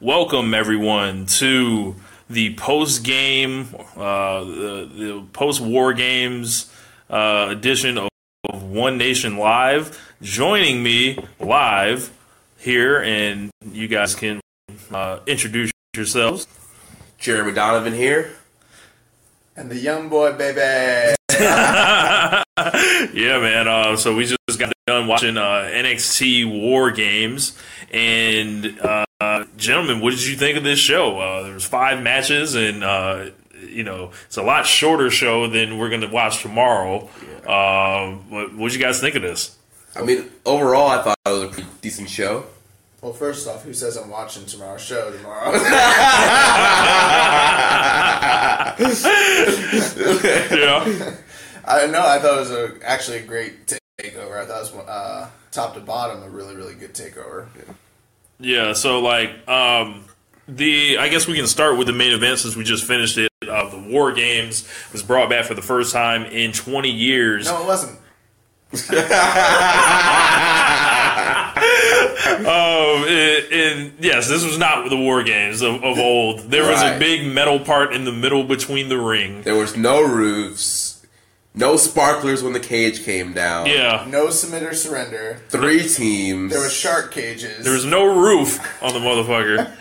Welcome everyone to the post game, uh, the, the post war games uh, edition of, of One Nation Live. Joining me live here, and you guys can uh, introduce yourselves. Jeremy Donovan here. And the young boy, baby. Yeah, man. Uh, so we just got done watching uh, NXT War Games, and uh, gentlemen, what did you think of this show? Uh, there was five matches, and uh, you know it's a lot shorter show than we're going to watch tomorrow. Uh, what what did you guys think of this? I mean, overall, I thought it was a pretty decent show. Well, first off, who says I'm watching tomorrow's show tomorrow? Yeah, I know. I thought it was a, actually a great takeover. I thought it was one- uh, top to bottom a really, really good takeover. yeah. So like um, the, I guess we can start with the main event since we just finished it. Uh, the War Games was brought back for the first time in 20 years. No, it wasn't. Um, and, and yes, this was not the war games of, of old. There was a Right. big metal part in the middle between the ring. There was no roofs, no sparklers when the cage came down. Yeah, No submit or surrender. Three teams. There were shark cages. there was no roof on the motherfucker.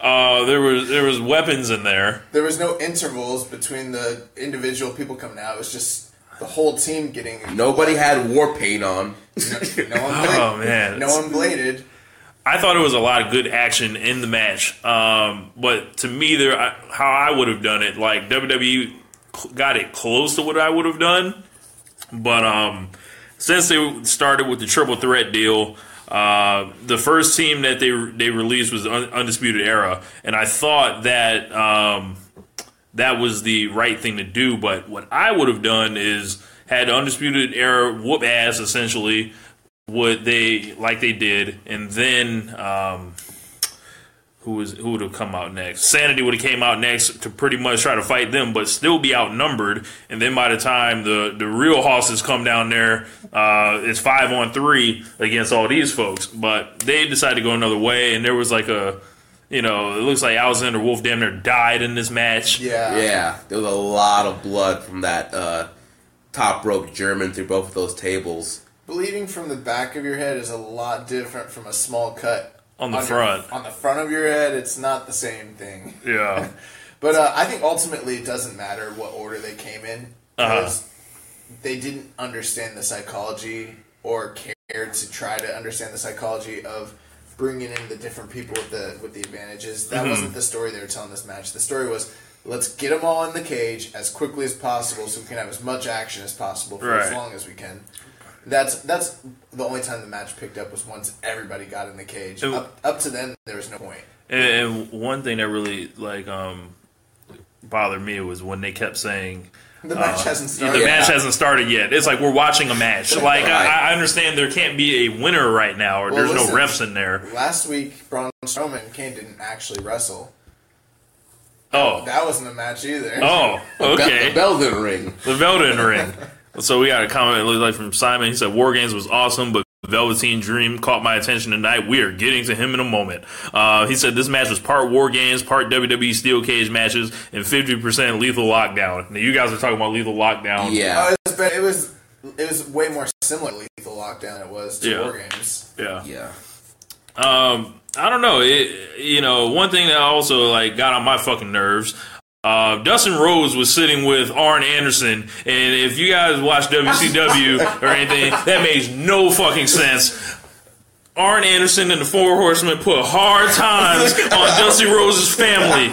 Uh, there was there was weapons in there. There was no intervals between the individual people coming out. It was just the whole team getting. No, Nobody had war paint on. no, one, bladed, Oh man, no one bladed. I thought it was a lot of good action in the match. Um, but to me, there I, how I would have done it, like WWE cl- got it close to what I would have done. But um, since they started with the triple threat deal, uh, the first team that they they released was Un- Undisputed Era, and I thought that um, that was the right thing to do. But what I would have done is had Undisputed Era whoop ass essentially what they like they did, and then um, who was who would have come out next? Sanity would have came out next to pretty much try to fight them, but still be outnumbered. And then by the time the the real hosses come down there, uh, it's five on three against all these folks. But they decided to go another way, and there was like a. You know, it looks like Alexander Wolf damn near died in this match. Yeah. Yeah, there was a lot of blood from that uh, top rope German through both of those tables. Bleeding from the back of your head is a lot different from a small cut On the your- front. on the front of your head, it's not the same thing. Yeah. But uh, I think ultimately it doesn't matter what order they came in Uh-huh. because they didn't understand the psychology or care to try to understand the psychology of bringing in the different people with the with the advantages. Mm-hmm. That wasn't the story they were telling this match. The story was let's get them all in the cage as quickly as possible so we can have as much action as possible for as Right. long as we can. That's that's the only time the match picked up was once everybody got in the cage. It- Up, up to then there was no point. And, and one thing that really like um bothered me was when they kept saying The match hasn't the started. match hasn't started yet. It's like we're watching a match. Like I, Right. I understand there can't be a winner right now, or Well, there's listen. no refs in there. Last week, Braun Strowman Kane didn't actually wrestle. Oh, That wasn't a match either. oh, The okay. bell didn't ring. The Velvet ring. So we got a comment it looked like from Simon. He said War Games was awesome, but Velveteen Dream caught my attention tonight. We are getting to him in a moment. Uh, he said this match was part War Games, part WWE Steel Cage matches, and 50% Lethal Lockdown. Now you guys are talking about Lethal Lockdown. Yeah. Uh, it, was, but it was it was way more similar to Lethal Lockdown than it was to Yeah. War Games. Yeah. yeah. Um, I don't know. It, you know, one thing that also like got on my fucking nerves. Uh, Dustin Rhodes was sitting with Arn Anderson, and if you guys watch WCW or anything, that makes no fucking sense. Arn Anderson and the Four Horsemen put hard times on Dusty Rose's family.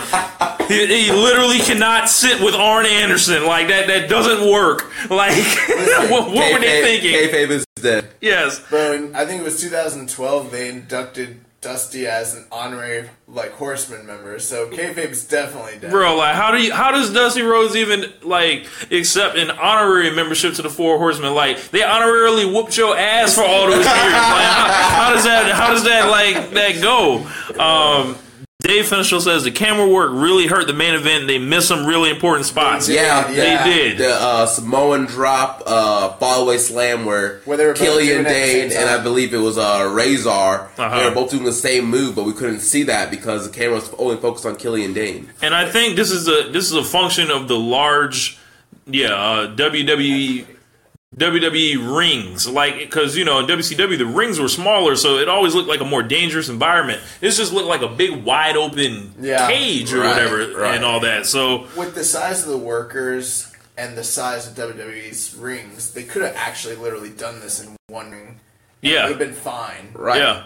He, he literally cannot sit with Arn Anderson like that. That doesn't work. Like, what, what were they Kayfabe- thinking? Kayfabe is dead. Yes. But in, I think it was 2012 they inducted Dusty as an honorary like Horseman member. So kayfabe's definitely dead. Bro, like how do you how does Dusty Rhodes even like accept an honorary membership to the Four Horsemen? Like they honorarily whooped your ass for all those years. Like how, how does that how does that like that go? Um, Dave Finchel says the camera work really hurt the main event. They missed some really important spots. Yeah, Yeah. they did. the uh, Samoan drop, uh, fallaway slam where, Where they were both Killian doing it at the same Dane and time. I believe it was uh, Razor, they Uh-huh. were both doing the same move, but we couldn't see that because the camera was only focused on Killian Dane. And I think this is a this is a function of the large, yeah, uh, WWE WWE E rings. Like because you know in WCW the rings were smaller, so it always looked like a more dangerous environment. This just looked like a big wide open Yeah, cage or right, whatever right. and all that. So With the size of the workers and the size of WWE's rings, they could have actually literally done this in one ring. It would yeah, have been fine. Right. yeah.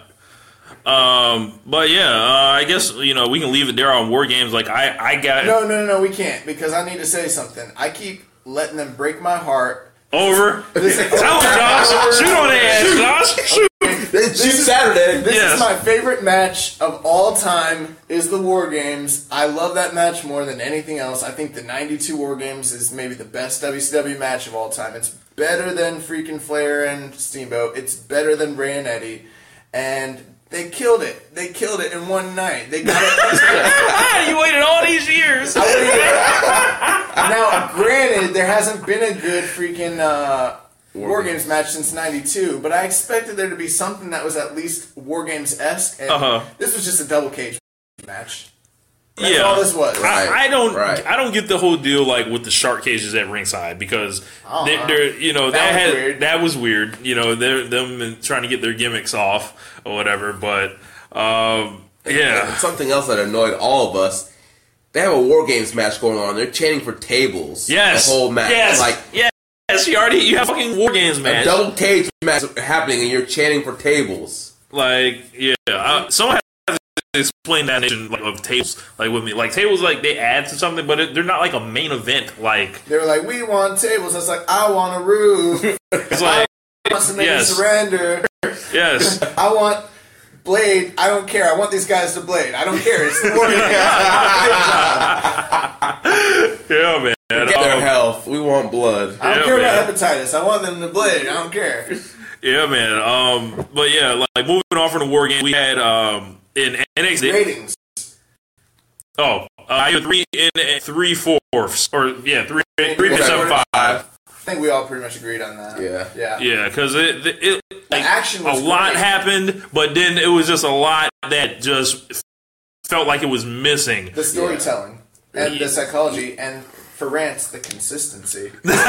Um, but yeah, uh, I guess you know we can leave it there on war games. Like I, I got No, no, no, no, we can't because I need to say something. I keep letting them break my heart. over. Tell him, Josh, shoot on the ass, Josh. Shoot. It's just Saturday. This Yes. is my favorite match of all time. Is the War Games. I love that match more than anything else. I think the '92 War Games is maybe the best WCW match of all time. It's better than freaking Flair and Steamboat. It's better than Ray and Eddie, and they killed it. They killed it in one night. They got it. Ah, you waited all these years. now, granted, there hasn't been a good freaking uh, War, Games. match since '92, but I expected there to be something that was at least War Games esque. and Uh-huh. This was just a double cage match. That's yeah. all this was. Right. I, I don't. right. I don't get the whole deal like with the shark cages at ringside because they, are you know that, Oh, uh-huh. That had was weird. that was weird. You know, they're them and trying to get their gimmicks off or whatever. But um, yeah, And something else that annoyed all of us. They have a war games match going on. They're chanting for tables. yes, the whole match. yes, like yes, yes. You already you have fucking war games a match. double cage match happening, and you're chanting for tables. Like yeah, I, someone has to explain that notion like, of tables like with me. Like tables like they add to something, but it, they're not like a main event. Like They were like, "We want tables." I was like, "I want a roof. it's like I want somebody to Yes. surrender. yes. I want Blade. I don't care. I want these guys to Blade. I don't care. It's the War Yeah, man. Get their Um, health. We want blood. I don't Yeah, care man. about hepatitis. I want them to Blade. I don't care." Yeah, man. Um, but yeah, like, moving on from the war game, we had um in NXT. Ratings. Oh, uh, I had three in three fourths or yeah three three point Okay. seven five. I think we all pretty much agreed on that. Yeah. Yeah. Yeah, because it, it it- like action was a lot great. happened, but then it was just a lot that just felt like it was missing. The storytelling and Yeah. the psychology and for Rance the consistency. what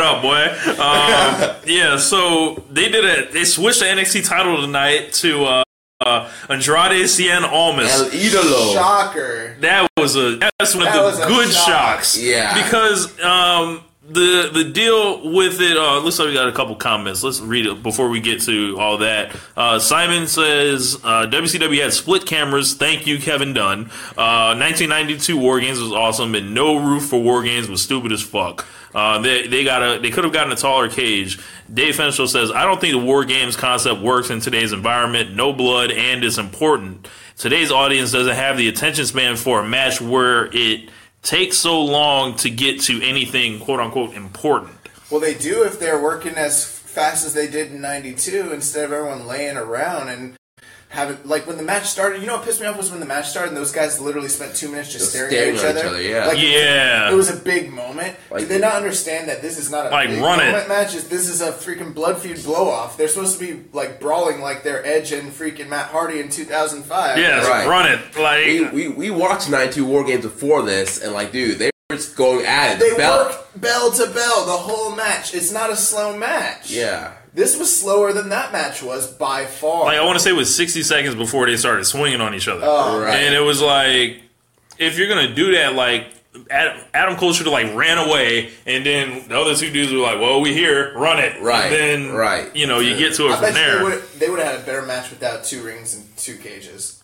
up, boy? Um, yeah, so they did it. They switched the NXT title tonight to uh, uh, Andrade Cien Almas. El Idolo. Shocker. That was a that's one That of was the a good shock. shocks. Yeah. Because um the the deal with it uh looks like we got a couple comments. Let's read it before we get to all that. Uh Simon says uh WCW had split cameras. Thank you Kevin Dunn. Uh 1992 War Games was awesome and no roof for War Games was stupid as fuck. Uh, they they got a they could have gotten a taller cage. Dave Fenchel says I don't think the war games concept works in today's environment. No blood and it's important. Today's audience doesn't have the attention span for a match where it takes so long to get to anything quote unquote important. Well, they do if they're working as fast as they did in '92 instead of everyone laying around and having like when the match started. You know what pissed me off was when the match started and those guys literally spent two minutes just staring, at each other. yeah. Like, Yeah. It was a big moment. Like- Did they not understand that this is not a Like, big run it. moment match? It's- This is a freaking blood feud blow off. They're supposed to be like brawling like their Edge and freaking Matt Hardy in 2005. yes, Right. run it. Like We, we, we watched 92 War Games before this, and like, dude, they were just going at it. They Bell- worked bell to bell the whole match. It's not a slow match. Yeah. This was slower than that match was by far. like I want to say it was 60 seconds before they started swinging on each other. Oh, Right. And it was like, if you're gonna do that, like Adam, Adam Cole should have like ran away, and then the other two dudes were like, "Well, we here, run it." Right, And then right. You know, you get to it I from bet you they there. would they would have had a better match without two rings and two cages.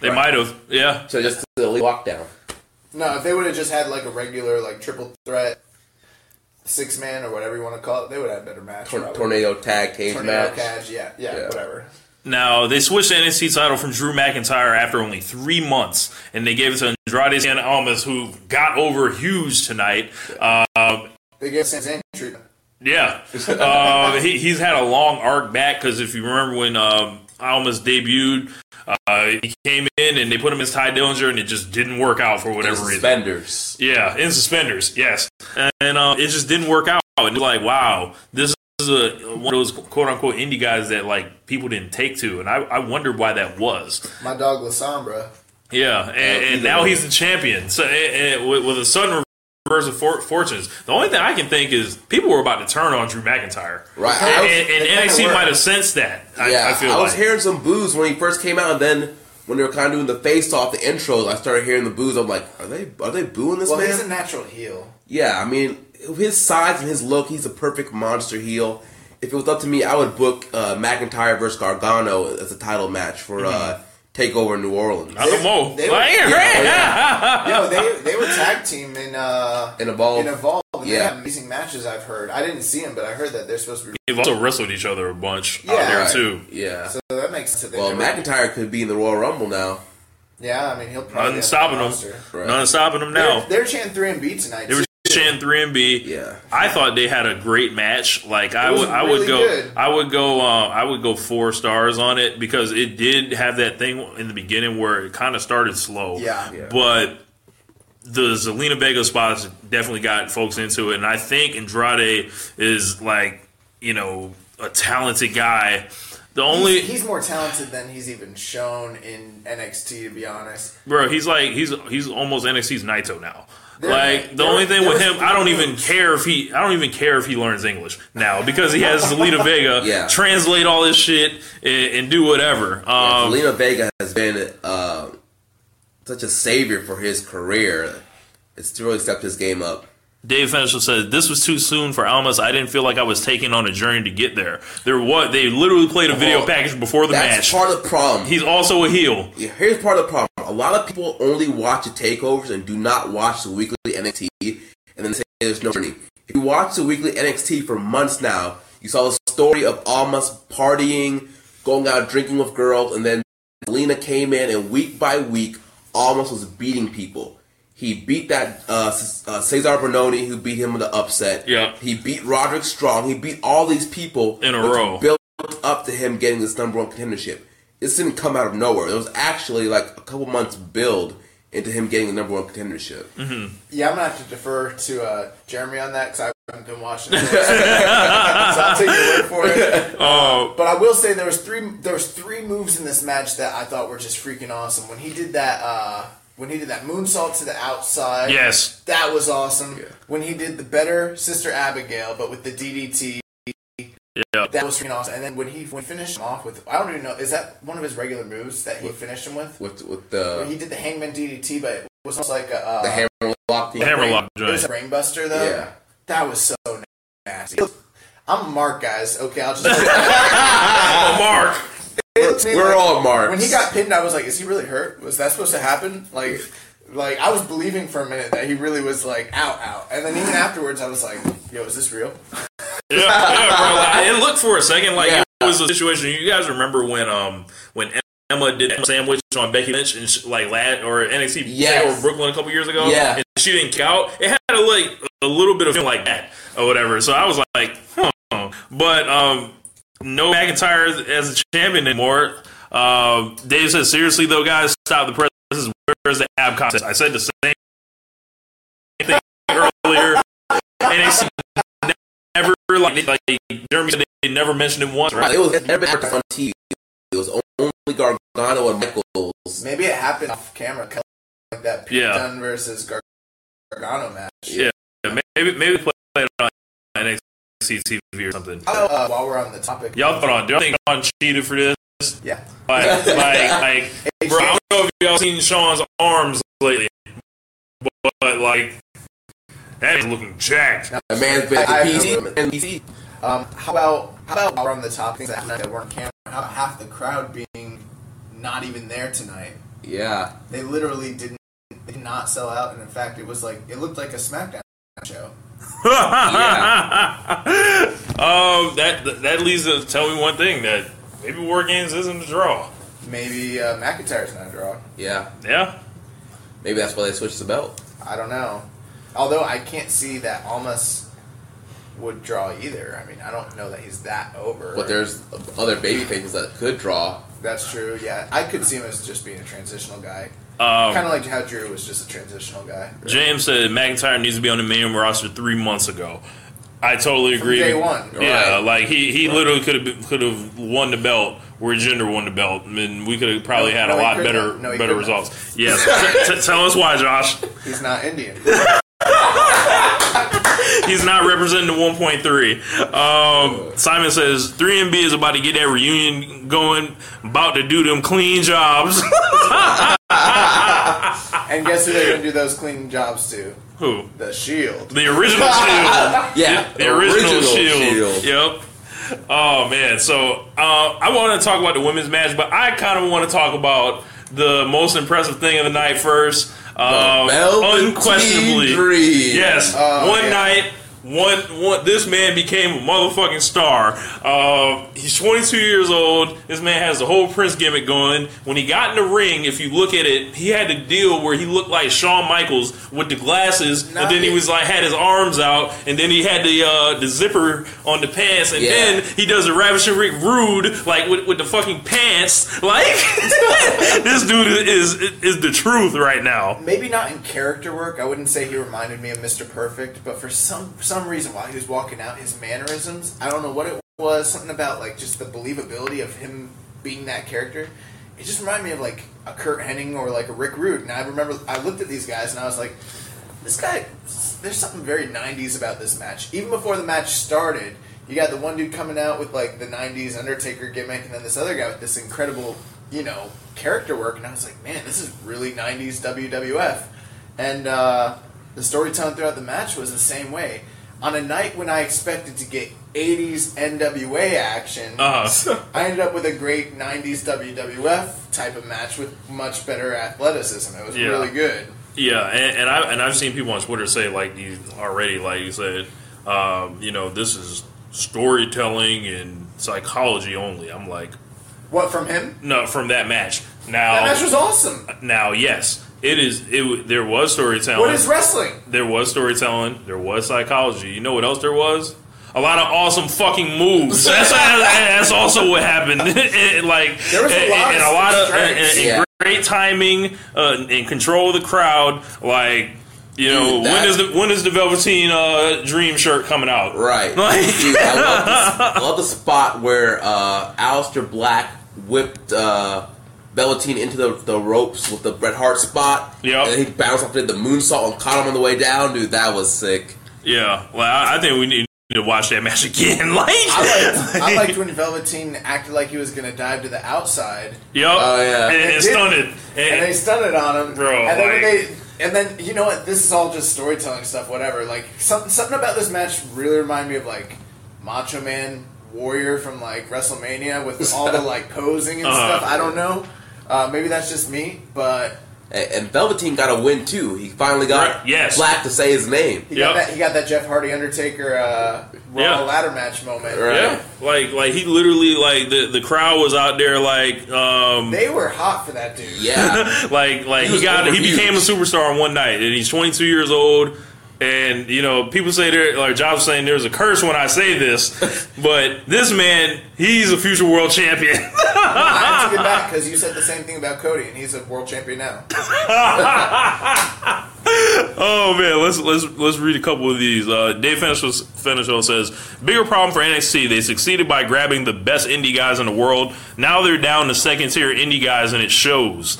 They might have, yeah. so just the elite lockdown. No, if they would have just had like a regular like triple threat six man or whatever you want to call it, they would have had a better match. Tor- probably. tornado tag cage tornado match. catch, yeah, yeah, Yeah. whatever. Now they switched the NXT title from Drew McIntyre after only three months, and they gave it to Andrade San Almas, who got over Hughes tonight. Uh, They gave Sam Zayn treatment. Uh, Yeah, um, he, he's had a long arc back because if you remember when um, Alma's debuted. Uh, he came in and they put him as Ty Dillinger, and it just didn't work out for whatever reason. Suspenders. Yeah, in suspenders, yes. And, and, um, it just didn't work out. And you're like, wow, this is a, one of those quote unquote indie guys that like people didn't take to. And I, I wondered why that was. My dog Lasombra. Yeah, and, and now he's the champion. So and, and with, with a sudden reverse of for, fortunes, the only thing I can think is people were about to turn on Drew McIntyre. Right. And, I was- and, it kinda NXT worked. might have sensed that. I, yeah, I feel was like. hearing some boos when he first came out, and then when they were kind of doing the face off, the intros, I started hearing the boos. I'm like, are they are they booing this Well, man? he's a natural heel. Yeah, I mean, his size and his look, he's a perfect monster heel. If it was up to me, I would book uh, McIntyre versus Gargano as a title match for uh, Takeover New Orleans I don't know. they were- Like, yeah, No, they they were tag team in uh in a ball. in Evolve. And They Oh, Yeah. have amazing matches. I've heard. I didn't see them, but I heard that they're supposed to be. They've also wrestled each other a bunch Yeah. out there Right, too. Yeah. So that makes sense. that they well, never- McIntyre could be in the Royal Rumble now. Yeah, I mean he'll probably. Nothing stopping them. them. Right. Nothing stopping them now. They're, they're chanting three and B tonight. They were too. Shan three and B. Yeah. I thought they had a great match. Like I It was would, I really would go, good. I would go, uh, I would go four stars on it because it did have that thing in the beginning where it kind of started slow. Yeah. Yeah. but the Zelina Vega spots definitely got folks into it, and I think Andrade is like you know a talented guy. The only He's, he's more talented than he's even shown in NXT, to be honest. Bro, he's like he's he's almost NXT's Naito now. There- like the there- only thing there with was him, I don't even rumors. care if he I don't even care if he learns English now because he has Zelina Vega Yeah. translate all this shit and, and do whatever. Um, Selena Vega has been uh, such a savior for his career. It's really stepped his game up. Dave Fenishel says this was too soon for Almas. I didn't feel like I was taken on a journey to get there. There what they literally played a video Well, package before the That's match. part of the problem. he's also a heel. Yeah, here's part of the problem. A lot of people only watch the takeovers and do not watch the weekly NXT, and then they say there's no journey. If you watch the weekly NXT for months now, you saw the story of Almas partying, going out drinking with girls, and then Lena came in, and week by week, Almas was beating people. He beat that uh, C- uh, Cesar Bononi, who beat him in the upset. Yeah. He beat Roderick Strong. He beat all these people In a which row. Built up to him getting this number one contendership. This didn't come out of nowhere. It was actually like a couple months build into him getting the number one contendership. Mm-hmm. Yeah, I'm gonna have to defer to uh, Jeremy on that because I haven't been watching. it. so I'll take your word for it. Uh, But I will say there was three there was three moves in this match that I thought were just freaking awesome. When he did that, uh, when he did that moonsault to the outside, yes, that was awesome. Yeah. When he did the better Sister Abigail, but with the DDT, yeah. that was freaking awesome. And then when he when he finished him off with, I don't even know, is that one of his regular moves that he finished him with? With with Where he the, did the Hangman DDT, but it was almost like a uh, the hammer lock. thing. Hammerlock It was joint. a brainbuster though. Yeah. That was so nasty. I'm a mark, guys. Okay, I'll just. Oh, Mark. We're all marks. When he got pinned, I was like, "Is he really hurt? Was that supposed to happen?" Like, like I was believing for a minute that he really was like out, out, and then even afterwards, I was like, "Yo, is this real?" yeah, yeah, bro. Like, it looked for a second like Yeah. it was a situation. You guys remember when um when Emma did that sandwich on Becky Lynch and she, like lad or NXT Yes. or Brooklyn a couple years ago? Yeah. and she didn't count. It had a, like a little bit of feeling like that or whatever. So I was like, huh. but um, no McIntyre as- as a champion anymore. Um, Dave says seriously though, guys, stop the presses. Where's the ab contest? I said the same thing earlier. NXT never like, like Jeremy said they never mentioned him once, right? It was it never been on TV. It was only Gargano and Michaels. Maybe it happened off camera, kinda like that Pete Yeah. Dunne versus Gar- Gargano match. Yeah, maybe maybe play it on NXT TV or something. Oh, uh, while we're on the topic, um, Y'all put on. Y'all think Sean cheated for this? yeah, Like, like, like, bro. I don't know if y'all seen Sean's arms lately, but, but like, that is looking jacked. A man's been I- I- PC and PC. Um, how about how about while we're on the topic that night that weren't camera? How about half the crowd being not even there tonight? Yeah. They literally didn't they did not sell out, and in fact, it was like it looked like a SmackDown show. um, that that leads to tell me one thing that maybe War Games isn't a draw. Maybe uh, McIntyre's not a draw. Yeah. Yeah, Maybe that's why they switched the belt. I don't know. Although I can't see that Almas would draw either. I mean, I don't know that he's that over. But there's other baby faces that could draw. That's true. Yeah, I could see him as just being a transitional guy. Um, kind of like how Drew was just a transitional guy. James said McIntyre needs to be on the main roster three months ago. I totally agree. day one. Yeah, Right. like he, he literally could have could have won the belt where Jinder won the belt, and we could have probably No, had no, a he lot couldn't better have. No, he better couldn't have. results. Yes, T- t- tell us why, Josh. He's not Indian. He's not representing the 1.3. Um, Simon says 3MB is about to get that reunion going, about to do them clean jobs. and guess who they're gonna do those clean jobs to? Who? The Shield. The original Shield. Yeah, The original, Shield. Yep. Oh man. So uh, I want to talk about the women's match, but I kind of want to talk about the most impressive thing of the night first. Um, Velveteen unquestionably, Dream. yes. One Oh, yeah. night. One, one, this man became a motherfucking star. Uh, he's 22 years old. This man has the whole Prince gimmick going. When he got in the ring, if you look at it, he had to deal where he looked like Shawn Michaels with the glasses, and then he Nice. was like had his arms out, and then he had the uh, the zipper on the pants, and Yeah. then he does a ravishing Rick Rude like with, with the fucking pants. Like this dude is is the truth right now. Maybe not in character work. I wouldn't say he reminded me of Mr. Perfect, but for some some reason, while he was walking out, his mannerisms. I don't know what it was. Something about like just the believability of him being that character. It just reminded me of like a Kurt Hennig or like a Rick Rude. And I remember I looked at these guys and I was like, this guy. There's something very '90s about this match. Even before the match started, you got the one dude coming out with like the '90s Undertaker gimmick, and then this other guy with this incredible, you know, character work. And I was like, man, this is really '90s WWF. And uh, the storytelling throughout the match was the same way. On a night when I expected to get '80s NWA action, Uh-huh. I ended up with a great '90s WWF type of match with much better athleticism. It was Yeah. really good. Yeah, and, and I and I've seen people on Twitter say like you already, like you said, um, you know, this is storytelling and psychology only. I'm like, What from him? no, from that match. Now, That match was awesome. now, yes, it is. It w- there was storytelling. What is wrestling? there was storytelling. There was psychology. You know what else there was? A lot of awesome fucking moves. That's, that's also what happened. And, like There was a and- lot and of a lot of and, strengths. and Yeah. great timing uh, and control of the crowd. Like you know, Dude, that- when is the when is the Velveteen uh, Dream shirt coming out? Right. Like- Dude, I love, this, I love the spot where uh, Alistair Black whipped uh, Velveteen into the, the ropes with the Bret Hart spot. Yep. And then he bounced up and did the moonsault and caught him on the way down. Dude, that was sick. Yeah. Well, I, I think we need to watch that match again. Like, I liked, I liked when Velveteen acted like he was going to dive to the outside, Yep. Oh, yeah. And, and It did. stunted. and they stunned it on him. Bro, and, then when like- they, and then you know what? This is all just storytelling stuff. Whatever. Like something, something about this match really reminded me of like Macho Man Warrior from like WrestleMania with all the like posing and Uh-huh. stuff. I don't know. Uh, maybe that's just me, but And, and Velveteen got a win, too. He finally got Right, yes. Black to say his name. he Yep. got that. He got that Jeff Hardy Undertaker uh, Raw Yeah. ladder match moment. Right. yeah. Like, like he literally like the the crowd was out there like um They were hot for that dude. Yeah. like like He he, was got he overused. became a superstar in one night, and he's 22 years old. And you know, people say there like Jobs saying there's a curse when I say this, but this man, he's a future world champion. I took it back because you said the same thing about Cody, and he's a world champion now. Oh man, let's let's let's read a couple of these. Uh, Dave Finisho, Finisho says, "Bigger problem for NXT. They succeeded by grabbing the best indie guys in the world. Now they're down to second tier indie guys, and it shows."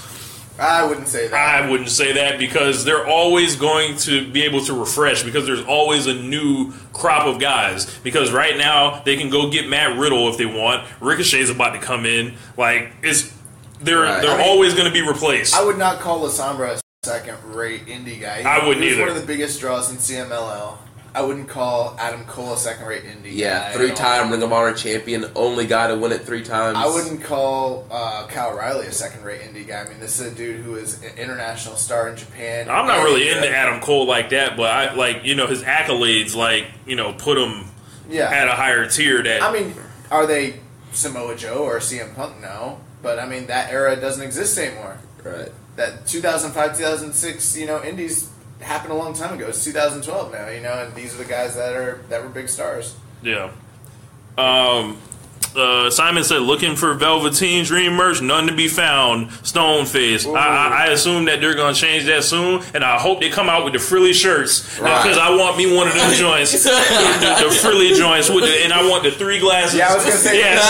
I wouldn't say that. I wouldn't say that because they're always going to be able to refresh because there's always a new crop of guys. Because right now they can go get Matt Riddle if they want. Ricochet's about to come in. Like it's they're Right. they're I mean- always going to be replaced. I would not call Lasombra a second-rate indie guy. I wouldn't He was either. One of the biggest draws in CMLL. I wouldn't call Adam Cole a second-rate indie. guy Yeah. at Three all. time Ring of Honor champion. Only guy to win it three times. I wouldn't call uh, Kyle Riley a second-rate indie guy. I mean, this is a dude who is an international star in Japan. I'm not really Yeah. into Adam Cole like that, but I like you know his accolades like you know put him Yeah, at a higher tier. That I mean, are they Samoa Joe or CM Punk? No, but I mean that era doesn't exist anymore. Right. that 2005 2006 you know indies happened a long time ago it's 2012 now you know and these are the guys that are that were big stars yeah. Um, uh, Simon said, looking for Velveteen Dream merch, none to be found. Stone Face. I, I, I assume that they're gonna change that soon, and I hope they come out with the frilly shirts Right. because I want me one of them joints, the, the- the frilly joints with the, and I want the three glasses. Yeah, I was gonna say- Yes.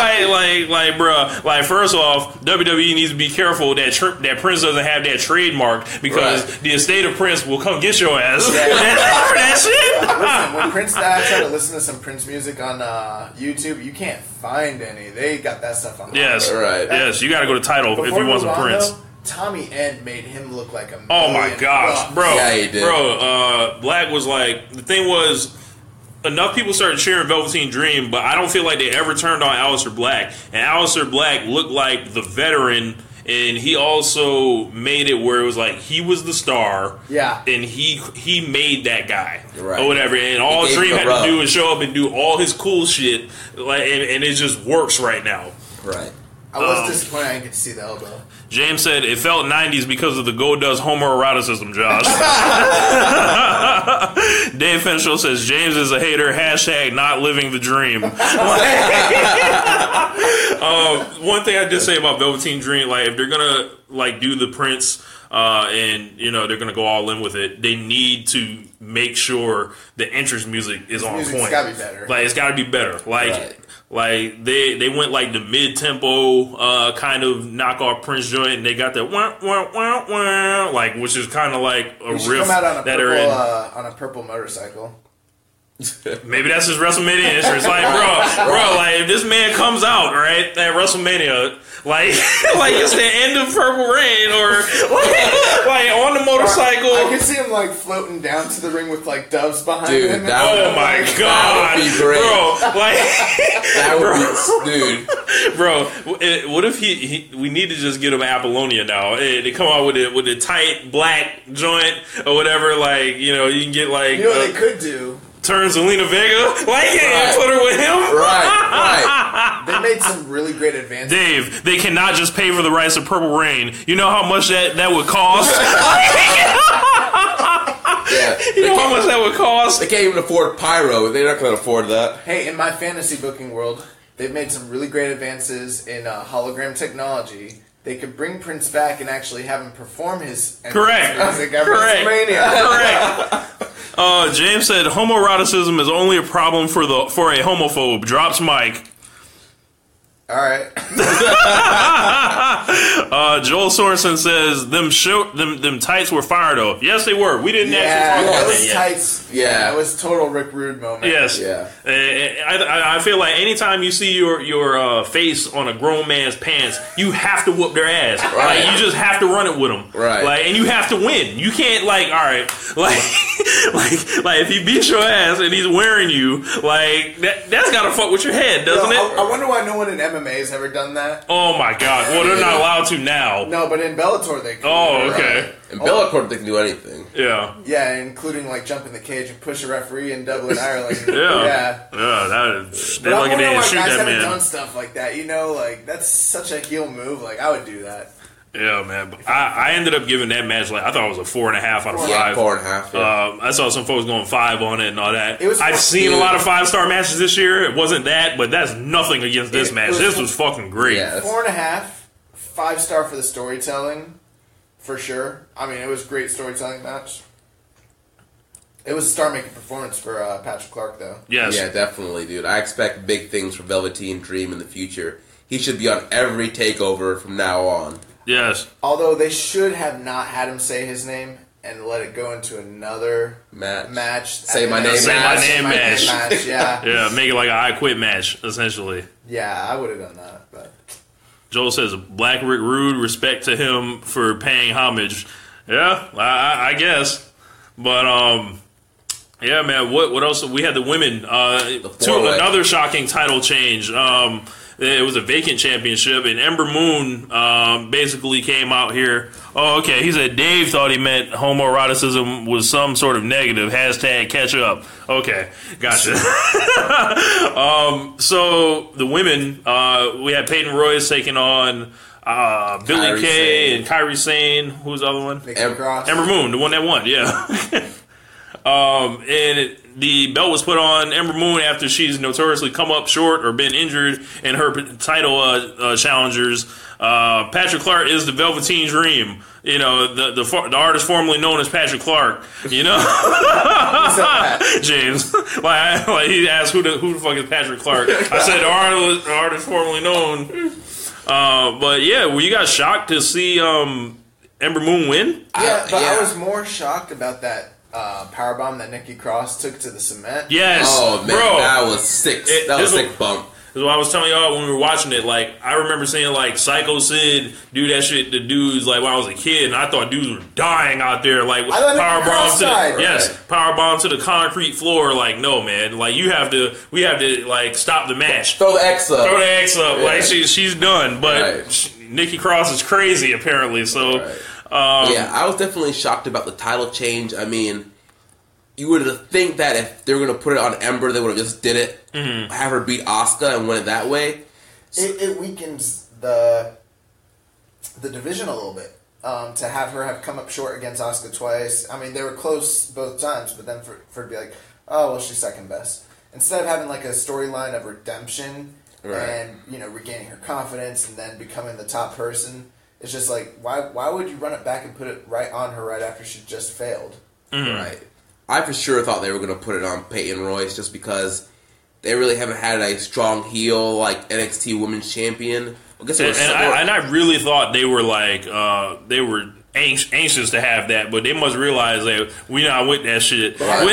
like, like, like, bruh. Like, first off, WWE needs to be careful that tr- that Prince doesn't have that trademark because Right. the estate of Prince will come get your ass. Yeah. for that shit. Listen, when Prince died, I tried to listen to some Prince music on uh, YouTube. You can't find any. They got that stuff on. Yes. Right. Yes, you got to go to title if Before you want some Mulan, Prince. though, Tommy End made him look like a. Oh my million gosh, bucks. bro, Yeah, he did. bro. Uh, Black was like the thing was enough people started cheering Velveteen Dream, but I don't feel like they ever turned on Aleister Black. And Aleister Black looked like the veteran, and he also made it where it was like he was the star. Yeah. and he he made that guy Right. or whatever. And all gave Dream him had the to do rub. was show up and do all his cool shit, like and, and it just works right now. Right. I was Um, disappointed I didn't get to see the elbow. James said it felt 90s because of the Gold Dust homoeroticism, Josh. Dave Finchel says James is a hater. Hashtag not living the dream. Um, Uh, one thing I did say about Velveteen Dream, like if they're gonna like do the Prince, uh, and you know they're gonna go all in with it, they need to make sure the entrance music is on music's point. gotta be better. Like it's gotta be better. Like Right. like they they went like the mid tempo uh, kind of knockoff Prince joint, and they got that wah, wah, wah, wah, like which is kind of like a He should riff come out on a that are purple in. uh, on a purple motorcycle. Maybe that's his WrestleMania entrance. Like, bro, bro, like if this man comes out right at WrestleMania, like, like it's the end of Purple Rain, or like, like on the I motorcycle. could see him like floating down to the ring with like doves behind Dude, him. that Oh would- my god, bro! Like, be great. That would be, dude. bro, w- eh, what if he, he? We need to just get him Apollonia now. Eh, They come out with it with a tight black joint or whatever. Like, you know, you can get like you know uh, what they could do? turn Zelina Vega, like, Right. and put her with him. Right. Right. They made some really great advances. Dave, uh, they cannot just pay for the rights of Purple Rain. You know how much that, that would cost? Yeah. you They know can't, how much that would they cost? can't even afford pyro. They're not going to afford that. Hey, in my fantasy booking world, they've made some really great advances in uh, hologram technology. They could bring Prince back and actually have him perform his Correct. music at Correct. WrestleMania. Correct. Uh, James said homoeroticism is only a problem for the for a homophobe. Drops mic. All right, Uh, Joel Sorensen says them show them them tights were fire though. Yes, they were. We didn't yeah, actually talk that about was that yet. tight. Yeah. that was total Rick Rude moment. Yes. Yeah. Eh, eh, I, I- I feel like anytime you see your your uh, face on a grown man's pants, you have to whoop their ass. Right. Like you just have to run it with them. Right. Like and you have to win. You can't like all right like like like if he beats your ass and he's wearing you like that that's gotta fuck with your head, Yo, doesn't I, it? I wonder why no one in MMA has ever done that. oh my god. Well, they're not allowed to now. No, but in Bellator they. Could, Oh, okay. And Bellator, they can do anything. Yeah. Yeah, including like jump in the cage and push a referee in Dublin, Ireland. Yeah. yeah. Yeah, that is, they But I'm lucky they wondering didn't why shoot guys that haven't man. done stuff like that. You know, like that's such a heel move. Like I would do that. Yeah, man. But I, I ended up giving that match like I thought it was a four and a half out of Yeah, five. four and a half. Yeah. Um, I saw some folks going five on it and all that. It was- I've seen a Dude. lot of five star matches this year. It wasn't that, but that's nothing against this It- it match. was- this was fucking great. Yeah. That's- Four and a half, five star for the storytelling, for sure. I mean, it was a great storytelling match. It was a star making performance for uh, Patrick Clark, though. Yes. Yeah, definitely, dude. I expect big things for Velveteen Dream in the future. He should be on every takeover from now on. Yes. Although they should have not had him say his name and let it go into another Match. Match. Say my And name then- Say my match. name match. match. Yeah. yeah, Yeah. Make it like an I quit match, essentially. I would have done that, but Joel says Black Rick Rude, respect to him for paying homage. Yeah, I, I, I guess. But um, yeah, man. What what else? We had the women. Uh, two, four-way. another shocking title change. Um, it was a vacant championship, and Ember Moon um, basically came out here. Oh, okay. He said Dave thought he meant homoeroticism was some sort of negative. Hashtag catch up. Okay, gotcha. So the women, uh, we had Peyton Royce taking on uh, Billy Kairi Kay Sane. and Kyrie Sane. Who's the other one? Nikki Em- Cross. Ember Moon, the one that won. Yeah. um, and it, the belt was put on Ember Moon after she's notoriously come up short or been injured in her p- title uh, uh, challengers. Uh, Patrick Clark is the Velveteen Dream. You know, the, the for- the artist formerly known as Patrick Clark. You know, James. like, I, like he asked who the who the fuck is Patrick Clark? I said the artist, the artist formerly known. Uh, but yeah, were you guys shocked to see um, Ember Moon win? Yeah, but yeah. I was more shocked about that uh, power bomb that Nikki Cross took to the cement. Yes, Oh man, bro. that was sick. It- that was this sick bump. That's why I was telling y'all when we were watching it. Like I remember seeing like Psycho Sid do that shit to dudes like when I was a kid, and I thought dudes were dying out there. Like with I thought they power were bombs to outside. the, yes, power bombs to the concrete floor. Like no man, like you have to, we have to like stop the match. Throw the X up. Throw the X up, Yeah. like she, she's done. But Right. she- Nikki Cross is crazy apparently. So um, yeah, I was definitely shocked about the title change. I mean, you would think that if they were going to put it on Ember, they would have just did it, Mm-hmm. have her beat Oscar and win it that way. It, it weakens the the division a little bit. Um, to have her have come up short against Asuka twice. I mean, they were close both times, but then for, for it to be like, oh, well, she's second best. Instead of having like a storyline of redemption Right. and, you know, regaining her confidence and then becoming the top person, it's just like, why, why would you run it back and put it right on her right after she just failed? Hmm. Right. I for sure thought they were going to put it on Peyton Royce just because they really haven't had a strong heel like NXT Women's Champion. I guess it and, was and I, and I really thought they were like uh, they were anx- anxious to have that, but they must realize that we not with that shit. Right. We-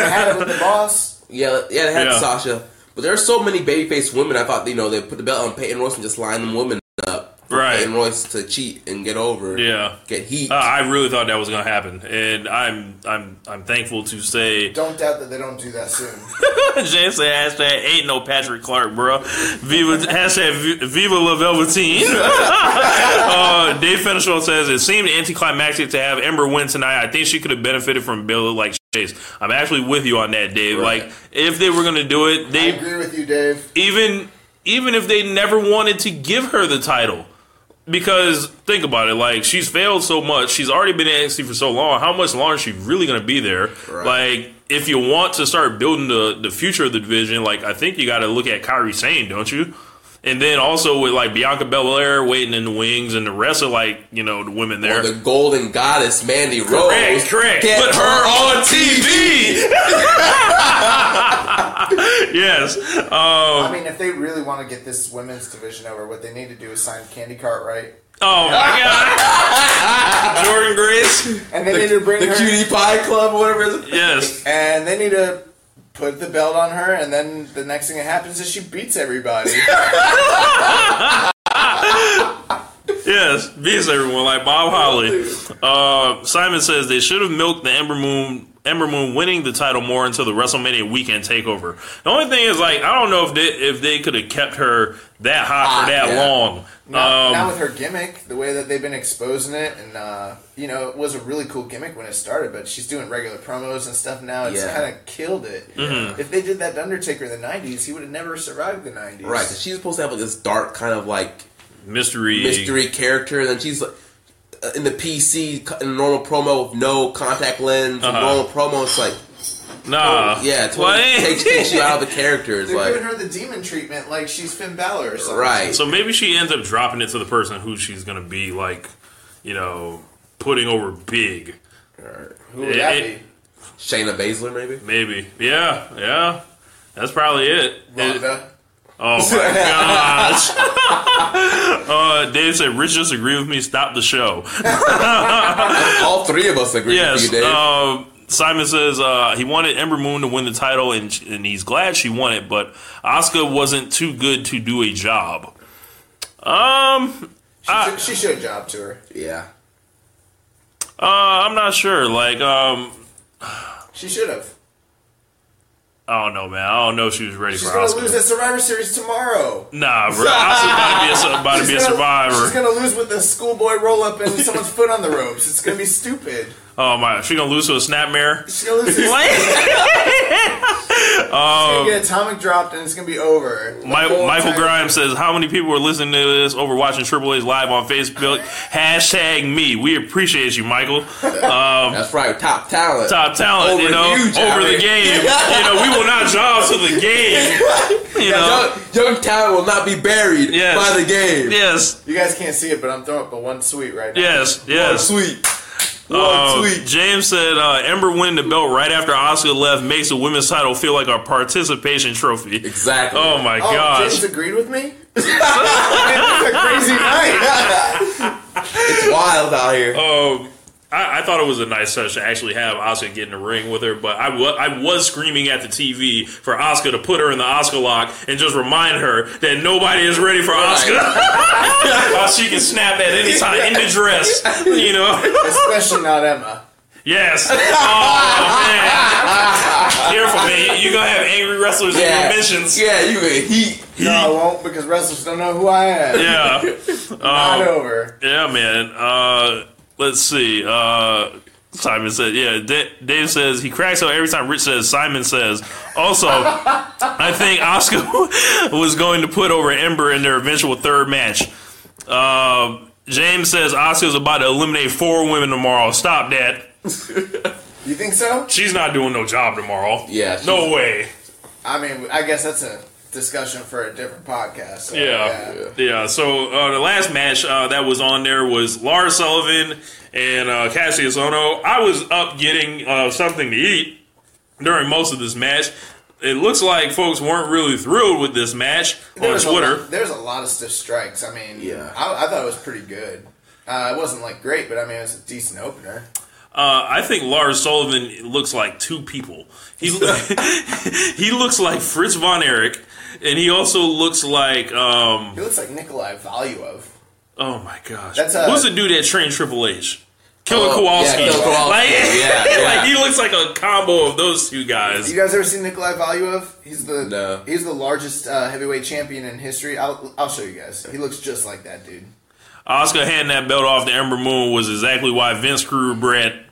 I had it with the boss. yeah, yeah, they had Yeah. Sasha, but there are so many babyface women. I thought you know they put the belt on Peyton Royce and just line them women up, for Right. Peyton Royce to cheat and get over, yeah. get heat. Uh, I really thought that was gonna happen, and I'm I'm I'm thankful to say Don't doubt that they don't do that soon. Jay said hashtag ain't no Patrick Clark, bro. Viva hashtag vi- Viva La Velveteen. uh, Dave Finishall says it seemed anticlimactic to have Ember win tonight. I think she could have benefited from Bill like Chase. I'm actually with you on that, Dave. Right. Like if they were gonna do it, I they agree with you, Dave. even even if they never wanted to give her the title because think about it like she's failed so much she's already been in NXT for so long how much longer is she really going to be there Right. like if you want to start building the, the future of the division like i think you got to look at Kyrie Sane don't you and then also with like Bianca Belair waiting in the wings and the rest of like you know the women there Or the golden goddess Mandy Rose. Correct, correct. Get Put her on TV. yes. Oh. I mean, if they really want to get this women's division over, what they need to do is sign Candy Cartwright, Oh my God. Jordan Grace. and they need to bring the her, Cutie Pie Club, whatever it is. Yes. and they need to put the belt on her, and then the next thing that happens is she beats everybody. Yes, beats everyone like Bob Holly. Uh, Simon says they should have milked the Ember Moon. Ember Moon winning the title more until the WrestleMania weekend takeover. The only thing is, like, I don't know if they if they could have kept her that hot Hot, for that yeah. long. Now um, not with her gimmick, the way that they've been exposing it, and uh, you know, it was a really cool gimmick when it started, but she's doing regular promos and stuff now. It's Yeah. kind of killed it. Mm-hmm. If they did that to Undertaker in the '90s, he would have never survived the '90s. Right, 'cause she's supposed to have like this dark kind of like mystery, mystery character, and then she's like uh, in the PC cu- in a normal promo with no contact lens, Uh-huh. Uh, normal promo. It's like Nah, yeah, it Well, totally takes, takes you out of the character. It's They're like giving her the demon treatment, like she's Finn Balor or something. right, So maybe she ends up dropping it to the person who she's gonna be like, you know, putting over big. Who would that It- be? Shayna Baszler maybe. Maybe, yeah, yeah. That's probably it. It- Ronda. Oh my gosh. Oh uh, Dave said, Rich disagree with me, stop the show. All three of us agree Yes. with you, Dave. Uh, Simon says uh, he wanted Ember Moon to win the title, and, sh- and he's glad she won it, but Oscar wasn't too good to do a job. Um, She, should- she showed job to her. yeah, uh, I'm not sure. Like, um, She should have. I don't know, man. I don't know if she was ready She's for gonna Oscar. lose that Survivor Series tomorrow. Nah, bro. Oscar's about to be a, su- about to be a She's gonna- She's survivor. gonna lose with a schoolboy roll up and someone's foot on the ropes. It's gonna be stupid. Oh my, she gonna lose to a snapmare. She's gonna lose. She's gonna get atomic dropped, and it's gonna be over. The My, whole Um, Michael entire- Grimes says, "How many people were listening to this over watching Triple H live on Facebook? Hashtag me. We appreciate you, Michael. That's right, top talent. um, Top talent, Over you know, you, over the Johnny. game. you know, we will not job to the game. You know, Young, young talent will not be buried Yes. by the game. yes, You guys can't see it, but I'm throwing up a one sweet right now. yes, yes." Sweet. One Uh, sweet. James said uh, Ember winning the belt right after Oscar left makes the women's title feel like a participation trophy. Exactly. Oh my Oh, gosh! James agreed with me. it's a crazy night. It's wild out here. Um, I, I thought it was a nice touch to actually have Oscar get in the ring with her, but I wa- I was screaming at the TV for Oscar to put her in the Oscar lock and just remind her that nobody is ready for Oscar. How she can snap at any time in the dress, you know. Especially not Emma. Yes. Oh man. Careful, man. You're gonna have angry wrestlers in yeah. your missions. Yeah, you in heat. No, I won't because wrestlers don't know who I am. Yeah. Not Oh. over. Yeah, man. Uh, let's see. Uh, Simon said, yeah. Da- Dave says he cracks up every time Rich says, Simon says. Also, I think Oscar was going to put over Ember in their eventual third match. Uh, James says Oscar's about to eliminate four women tomorrow. Stop that. You think so? She's not doing no job tomorrow. Yeah, No way. I mean, I guess that's a discussion for a different podcast. so, Yeah. Yeah. So uh, the last match uh, that was on there was Lars Sullivan and uh, Cassius Ono. I was up getting uh, something to eat during most of this match. It looks like folks weren't really thrilled with this match There on was a Twitter. lot- there's a lot of stiff strikes. I mean, Yeah. I, I thought it was pretty good. Uh, it wasn't like great, but I mean, it was a decent opener. Uh, I think Lars Sullivan looks like two people. He he looks like Fritz von Erich, and he also looks like um, He looks like Nikolai Valuev. oh my gosh, That's, uh, who's the dude that trained Triple H? Killer Oh, Kowalski. yeah, Killer Kowalski. Like, Yeah, yeah. like, he looks like a combo of those two You guys. guys ever seen Nikolai Valuev? He's the No. he's the largest uh, heavyweight champion in history. I'll I'll show you guys. He looks just like that dude. Oscar handing that belt off to Ember Moon was exactly why Vince screwed Brett.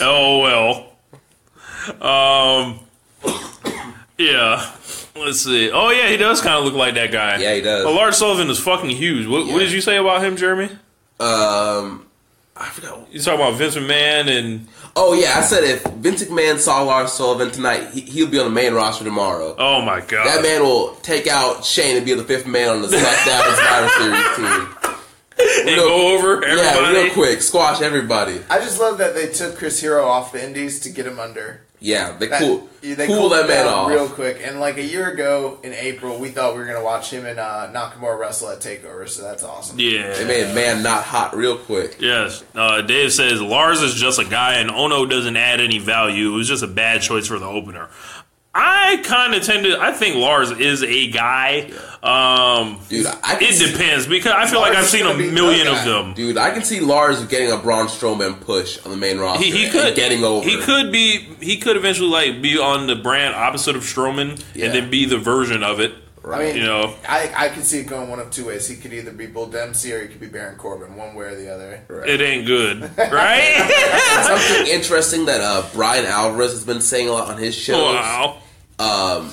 LOL. Um, yeah. Let's see. Oh yeah, he does kind of look like that guy. Yeah, he does. But Lars Sullivan is fucking huge. What, what did you say about him, Jeremy? Um, I forgot. You talking about Vince McMahon and Oh yeah, I said if Vince McMahon saw Lars Sullivan tonight, he, he'll be on the main roster tomorrow. oh my god, That man will take out Shane and be the fifth man on the SmackDown Survivor Series team. and go over Yeah, everybody. real quick, squash everybody. I just love that they took Chris Hero off the Indies to get him under. Yeah, they That- cool, yeah, they cool cooled that him man down off. real quick. And like a year ago in April, we thought we were gonna watch him and uh, Nakamura wrestle at Takeover. So that's awesome. Yeah. They made man not hot real quick. Yes. Uh, Dave says Lars is just a guy and Ono doesn't add any value. It was just a bad choice for the opener. I kind of tend to. I think Lars is a guy. Um, Dude, I can it see, depends because I feel Lars like I've is seen a gonna be the million of guy. them. dude, I can see Lars getting a Braun Strowman push on the main roster. He, he and could getting over. He could be. He could eventually like be on the brand opposite of Strowman Yeah. and then be the version of it. I mean, You know. I I could see it going one of two ways. He could either be Bull Dempsey or he could be Baron Corbin, one way or the other. It ain't good, right? Something interesting that uh, Brian Alvarez has been saying a lot on his shows. wow. um,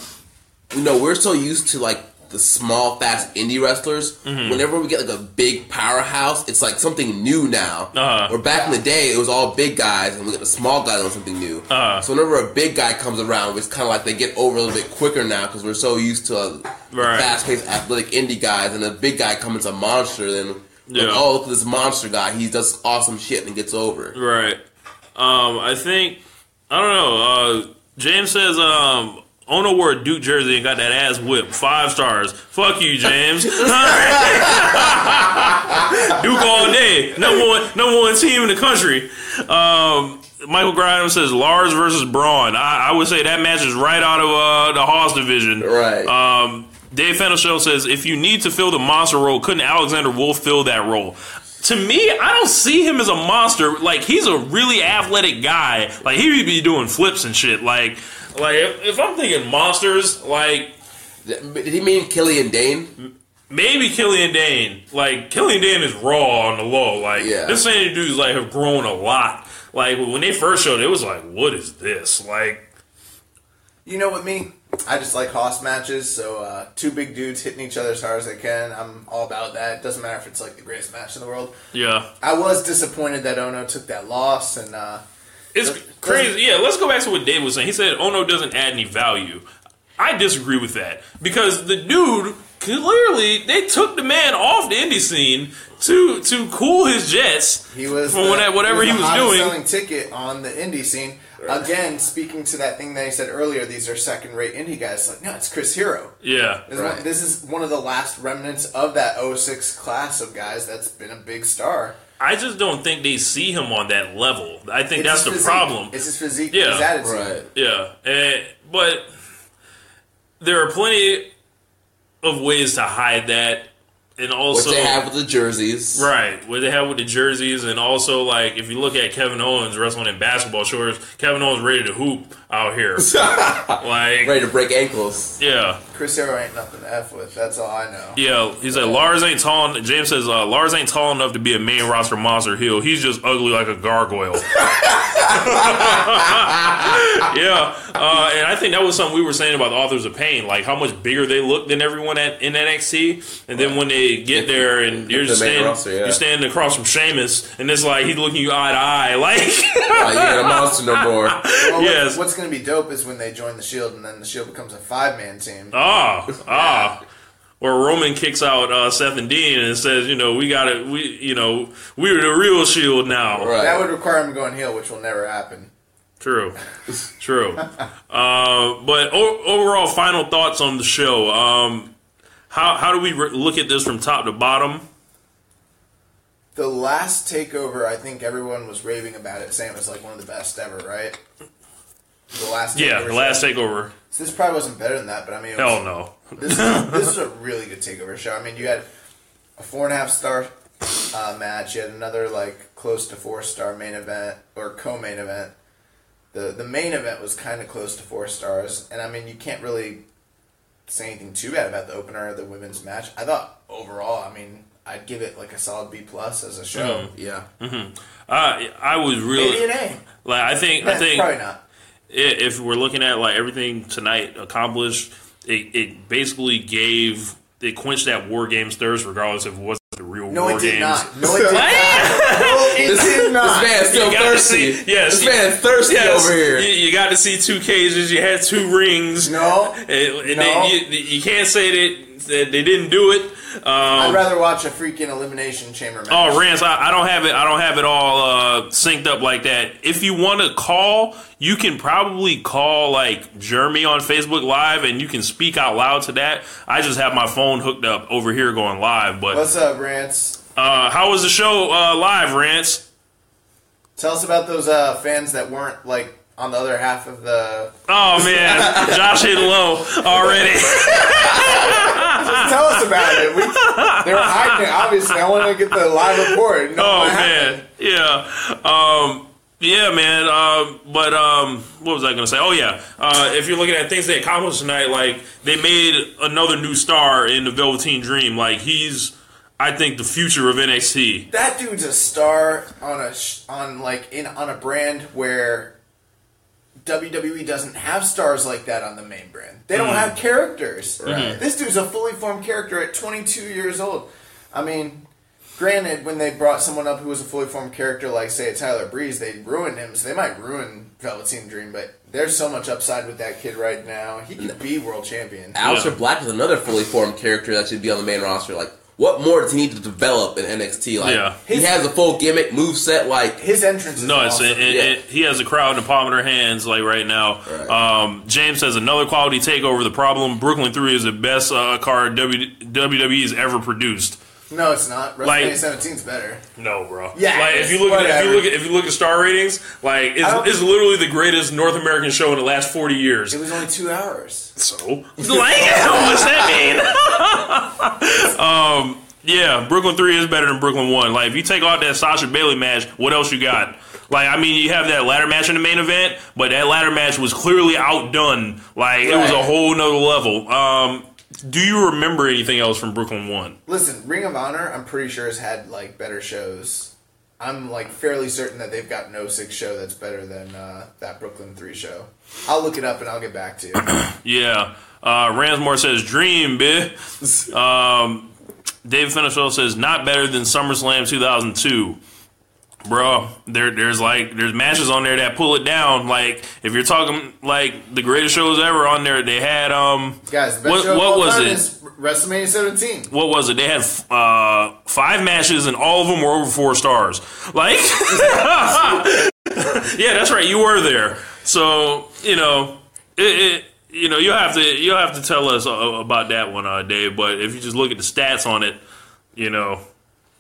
you know, we're so used to like the small, fast indie wrestlers. Mm-hmm. Whenever we get like a big powerhouse, it's like something new now. Uh-huh. Where back in the day, it was all big guys, and we get a small guy on something new. Uh-huh. So whenever a big guy comes around, it's kind of like they get over a little bit quicker now because we're so used to uh, the Right. fast-paced, athletic indie guys, and a big guy comes a monster. Then, like, Yeah. oh look at this monster guy! He does awesome shit and gets over. Right. Um, I think I don't know. Uh, James says um, Ono wore a Duke jersey and got that ass whipped. Five stars. Fuck you, James. Duke all day. Number one, number one team in the country. Um, Michael Grimes says Lars versus Braun. I, I would say that match is right out of uh, the Hawes division. Right. Um, Dave Fennishell says, if you need to fill the monster role, couldn't Alexander Wolf fill that role? To me, I don't see him as a monster. Like he's a really athletic guy. Like he would be doing flips and shit. Like, like if, if I'm thinking monsters, like Did he mean Killian Dane? maybe Killian Dane. Like Killian Dane is raw on the low. Like Yeah. this ain't dude's like have grown a lot. Like when they first showed it, it was like, what is this? Like You know what me? I just like hoss matches, so uh, two big dudes hitting each other as hard as they can. I'm all about that. Doesn't matter if it's like the greatest match in the world. yeah. I was disappointed that Ono took that loss, and uh, It's crazy. Yeah, let's go back to what Dave was saying. He said Ono doesn't add any value. I disagree with that because the dude clearly they took the man off the indie scene to to cool his jets he was from the- when- whatever he the was, hottest doing. Selling ticket on the indie scene again. Speaking to that thing that I said earlier, these are second-rate indie guys. Like, no, it's Chris Hero. Yeah, This, is one- Right. this is one of the last remnants of that 06 class of guys that's been a big star. I just don't think they see him on that level. I think It's that's his the physique. problem. It's his physique. Yeah. Yeah. His attitude. Right. Yeah, and, but there are plenty of ways to hide that, and What also they have with the jerseys. right what they have with the jerseys, and also like if you look at Kevin Owens wrestling in basketball shorts, Kevin Owens ready to hoop out here, like Ready to break ankles. yeah, Chris Hero ain't nothing to F with. That's all I know. yeah. He's like Lars ain't tall. en- James says uh, Lars ain't tall enough to be a main roster monster heel. He's just ugly like a gargoyle. yeah, uh, and I think that was something we were saying about the authors of pain, like how much bigger they look than everyone at in NXT, and then when they get there and you're The just main standing, roster, yeah. you're standing across from Sheamus, and it's like he's looking you eye to eye, like Like, you ain't a monster no more. Well, what- Yes. What's going to be dope is when they join the Shield and then the Shield becomes a five man team. ah ah. Or Roman kicks out uh, Seth and Dean and says, you know, we got to, we, you know, we're the real Shield now. Right. That would require him going heel, which will never happen. True, true. uh, but o- overall, final thoughts on the show. Um, how how do we re- look at this from top to bottom? The last takeover, I think everyone was raving about it. Sam was like one of the best ever, right? The last, Yeah, takeover the last show. takeover. This probably wasn't better than that, but I mean, it was, Hell no. this is, this is a really good takeover show. I mean, you had a four and a half star uh, match. You had another like close to four star main event or co main event. The the main event was kind of close to four stars, and I mean, you can't really say anything too bad about the opener of the women's match. I thought overall, I mean, I'd give it like a solid B plus as a Hmm. show. Yeah. I I was Maybe really an A. like I think I Eh, think probably i- not. if we're looking at like everything tonight accomplished, it, it basically gave it quenched that war games thirst, regardless of what's the real No, war it games. did not. No, it did not. This, this man's You still gotta thirsty. see- yes, This you- man's thirsty Yes, over here. You, you got to see two cages. You had two rings. No, It- it- No. you, you can't say that, that they didn't do it. Um, I'd rather watch a freaking elimination chamber match. oh, Rance, I, I don't have it. I don't have it all uh, synced up like that. If you want to call, you can probably call like Jeremy on Facebook Live, and you can speak out loud to that. I just have my phone hooked up over here going live. But What's up, Rance? uh, how was the show uh, live, Rance? Tell us about those uh, fans that weren't like on the other half of the. Oh man, Josh hit low already. Tell us about it. We, they were hiding. it, Obviously, I want to get the live report. You know Oh what happened. man, yeah, um, yeah, man. Um, but um, what was I gonna say? Oh yeah, uh, if you're looking at things they accomplished tonight, like they made another new star in the Velveteen Dream. Like he's, I think, the future of NXT. That dude's a star on a sh- on like in on a brand where WWE doesn't have stars like that on the main brand. They Hmm. don't have characters. Mm-hmm. This dude's a fully formed character at 22 years old. I mean, granted, when they brought someone up who was a fully formed character, like say a Tyler Breeze, they ruined him. So they might ruin Velveteen Dream, but there's so much upside with that kid right now. He could be world champion. Alistair Yeah. Black is another fully formed character that should be on the main roster. Like, what more does he need to develop in NXT? Like, Yeah. he has a full gimmick, move set. Like, His entrance is No, it's awesome. and, and- Yeah. and he has a crowd in the palm of their hands, like right now. Um, James says another quality takeover. The problem: Brooklyn Three is the best uh, card W- WWE has ever produced. no, it's not. WrestleMania Like- 17's better. No, bro. Yeah, Like if you look at if you whatever. look at if you look at star ratings, like I it's, don't- it's literally the greatest North American show in the last forty years. It was only two hours. So, like, what's that mean? um, yeah, Brooklyn Three is better than Brooklyn One. Like if you take out that Sasha Bailey match, what else you got? Like I mean, you have that ladder match in the main event, but that ladder match was clearly outdone. Like it was a Right. whole nother level. Um, do you remember anything else from Brooklyn One? Listen, Ring of Honor, I'm pretty sure has had like better shows I'm like fairly certain that they've got no six show that's better than uh, that Brooklyn three show. I'll look it up and I'll get back to you. Yeah. Uh, Ramsmore says, Dream, bitch. Um, David Finishwell says, Not better than SummerSlam 2002. Bro, there, there's like there's matches on there that pull it down. Like if you're talking like the greatest shows ever on there, they had um Guys, the best What- show of what all was time it? is WrestleMania 17. what was it? They had uh, five matches and all of them were over four stars. Like, yeah, that's right. You were there, so you know it. it you know, you'll have to you'll have to tell us uh, about that one, uh, Dave. But if you just look at the stats on it, you know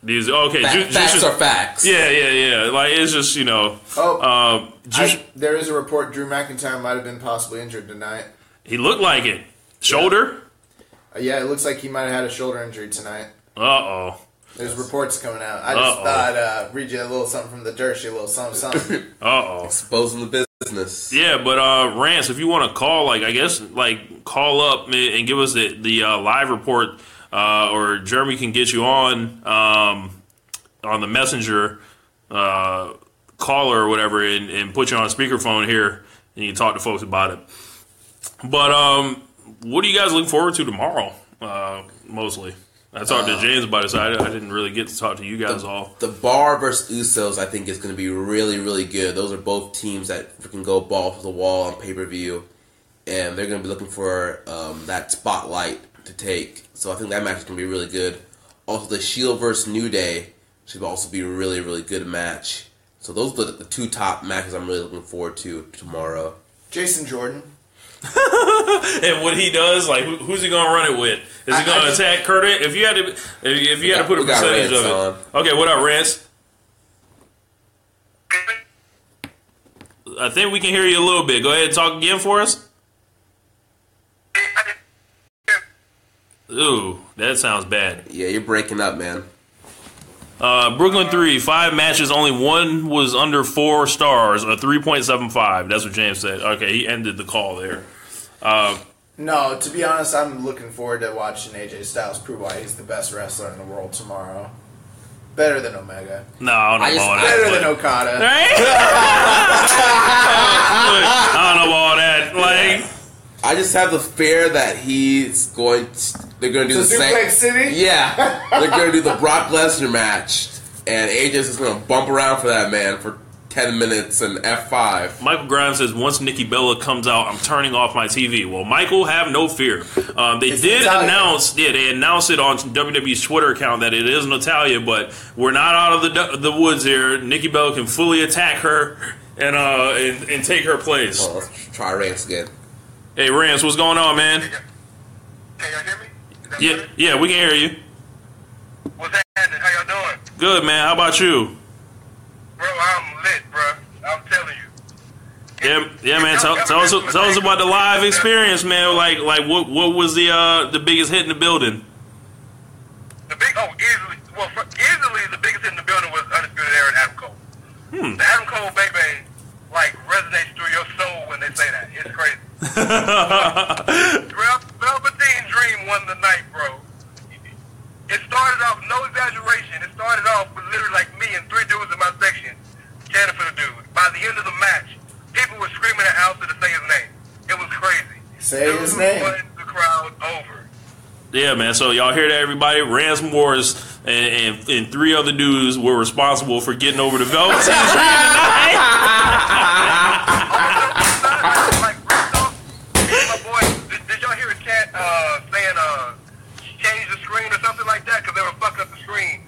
these. Okay, Fa- Ju- facts Jushin- are facts. yeah, yeah, yeah. Like it's just you know, Oh, um, Jush- I- there is a report Drew McIntyre might have been possibly injured tonight. he looked like it. Shoulder. Uh, yeah, it looks like he might have had a shoulder injury tonight. Uh oh. There's reports coming out. I just Uh-oh. thought uh, read you a little something from the dirt, sheet, a little something, something. Uh oh. Exposing the business. Yeah, but uh, Rance, if you want to call, like I guess, like call up and and give us the the uh, live report, uh, or Jeremy can get you on um, on the messenger uh, caller or whatever, and, and put you on speakerphone here, and you can talk to folks about it. But um, what are you guys looking forward to tomorrow? Uh, mostly, I talked to James about it, so I, I didn't really get to talk to you guys all. The Bar versus Usos, I think, is going to be really, really good. Those are both teams that can go ball to the wall on pay per view, and they're going to be looking for um, that spotlight to take. So I think that match is going to be really good. Also, the Shield versus New Day should also be a really, really good match. So those are the the two top matches I'm really looking forward to tomorrow. Jason Jordan. And what he does, like, who, who's he gonna run it with? Is I- he I gonna just- attack Curtis? If you had to, if, if you had to got- put a we got percentage Rance of it, okay. What up, Rance? I think we can hear you a little bit. Go ahead and talk again for us. Ooh, that sounds bad. Yeah, you're breaking up, man. Uh, Brooklyn three, five matches, only one was under four stars, a three point seven five. That's what James said. Okay, he ended the call there. No, to be honest, I'm looking forward to watching AJ Styles prove why he's the best wrestler in the world tomorrow. Better than Omega. No, I I don't know just- about that. Better but- than Okada. Right? I don't know all that. Like, I just have the fear that he's going. To, they're going to do So the same. Suplex City. Yeah, they're gonna do the Brock Lesnar match, and AJ's just gonna bump around for that man for ten minutes and F five. Michael Grimes says, once Nikki Bella comes out, I'm turning off my TV. Well, Michael, have no fear. Um, they It's did Natalia. announce, yeah, they announced it on WWE's Twitter account that it is Natalia, but we're not out of the the woods here. Nikki Bella can fully attack her and uh and, and take her place. Well, Oh, let's try Rance again. Hey, Rance, what's going on, man? Can y'all hear me? Is that Yeah, better? yeah, we can hear you. What's happening? How y'all doing? Good, man. How about you? Bro, I'm lit, bro. I'm telling you. Yeah, yeah, man. Tell, tell us, tell us about the live experience, man. Like, like what, what was the uh, the biggest hit in the building? The big, oh, easily, well, fr- easily the biggest hit in the building was Undisputed Era and Adam Cole. The Adam Cole baby, like, resonates through your soul when they say that. It's crazy. Vel- Velveteen Dream won the night, bro. It started off, no exaggeration, it started off with literally like me and three dudes in my section chanting for the dude. By the end of the match, people were screaming at Alistair to say his name. It was crazy. Say Dude his name. won the crowd over. yeah, man. So y'all hear that, everybody? Rance Morris and, and, and three other dudes were responsible for getting over the Velveteen Dream tonight. like, real talk, me and my boy, did, did y'all hear a chat uh, saying uh, change the screen or something like that? Because they were fucking up the screen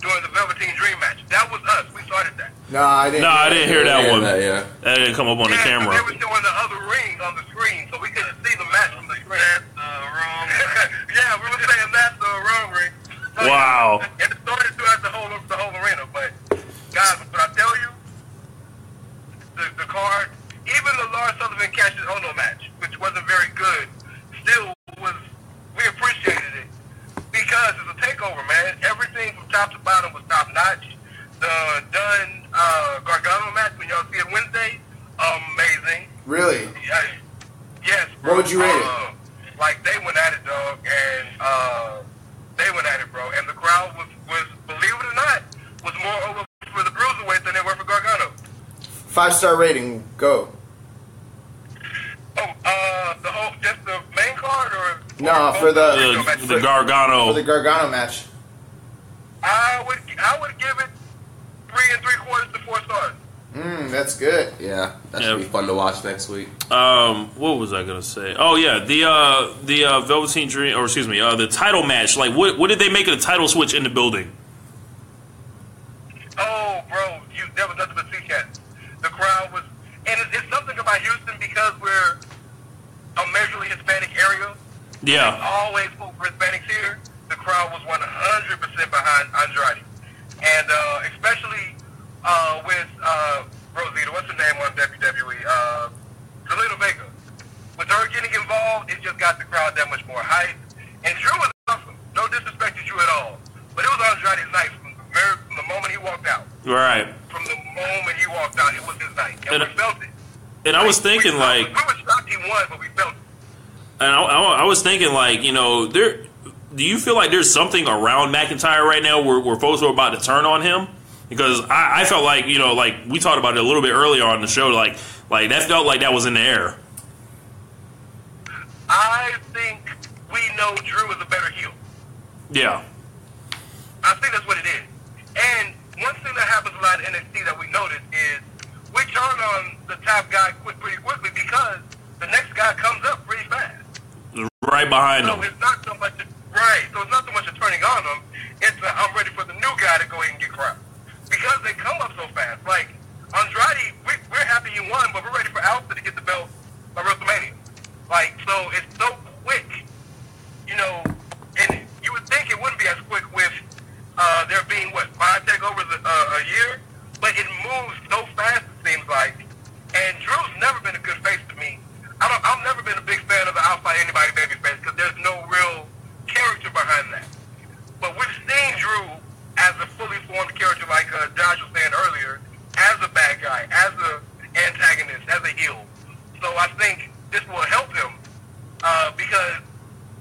during the Velveteen Dream match. That was us. We started that. No, I didn't. No, I didn't hear that Yeah, one. that, That yeah. didn't come up on the Yeah, 'cause camera. They were showing the other ring on the screen, so we couldn't see the match from the screen. That's the wrong Yeah, we were saying that's the wrong ring. So, Wow. yeah, It started throughout the whole, the whole arena, but guys, what I tell you, the, the card, even the Lars Sullivan Cash and Ono match, which wasn't very good, still was, we appreciated it because it's a takeover, man. Everything from top to bottom was top notch. The Dunn uh, Gargano match, when y'all see it Wednesday, amazing. Really? Yes, yes bro. What would you rate it? Uh, like they went at it, dog, and uh, they went at it, bro. And the crowd was, was believe it or not, was more over for the Five star rating. Go. Oh, uh, the whole just the main card or No, or- for the- or- The, match the three? Gargano. For the Gargano match. I would I would give it three and three quarters to four stars. Mm, that's good. Yeah, that should Yeah. be fun to watch next week. um, what was I gonna say? Oh yeah, the uh, the uh, Velveteen Dream, or excuse me, uh, the title match. Like, what what did they make of the title switch in the building? Oh, bro, you there was nothing but sea cats. The crowd was, and it, it's something about Houston because we're a majorly Hispanic area. Yeah, Always vote for Hispanics here. The crowd was 100 percent behind Andrade, and uh, especially uh, with uh, Rosita. What's her name on WWE? Uh, Zelina Vega. With her getting involved, it just got the crowd that much more hype. And Drew was awesome. No disrespect to Drew at all, but it was Andrade's night from the, very, from the moment he walked out right. from the moment he walked out, it was his night, and, we And- felt it. And I was We- we thinking felt it. like. we were shocked he won, but we felt it. And I, I, I was thinking, like, you know, there. Do you feel like there's something around McIntyre right now where, where folks were about to turn on him? Because I, I felt like, you know, like we talked about it a little bit earlier on the show, like, like that felt like that was in the air. I think we know Drew is a better heel. Yeah, I think that's what it is. And one thing that happens a lot in NXT that we notice is we turn on the top guy quick, pretty quickly because the next guy comes up pretty fast. right behind So him. it's not so much right. So it's not so much a turning on them. It's a, I'm ready for the new guy to go ahead and get crowned because they come up so fast. Like Andrade, we, we're happy he won, but we're ready for Alpha to get the belt by WrestleMania. Like so, it's so quick. You know, and you would think it wouldn't be as quick with uh, there being what five takeovers a, uh, a, a year, but it moves so fast. It seems like, and Drew's never been a good face to me. I don't, I've never been a big fan of the outside anybody baby face because there's no real character behind that. But we've seen Drew as a fully formed character, like uh, Josh was saying earlier, as a bad guy, as a antagonist, as a heel. So I think this will help him uh, because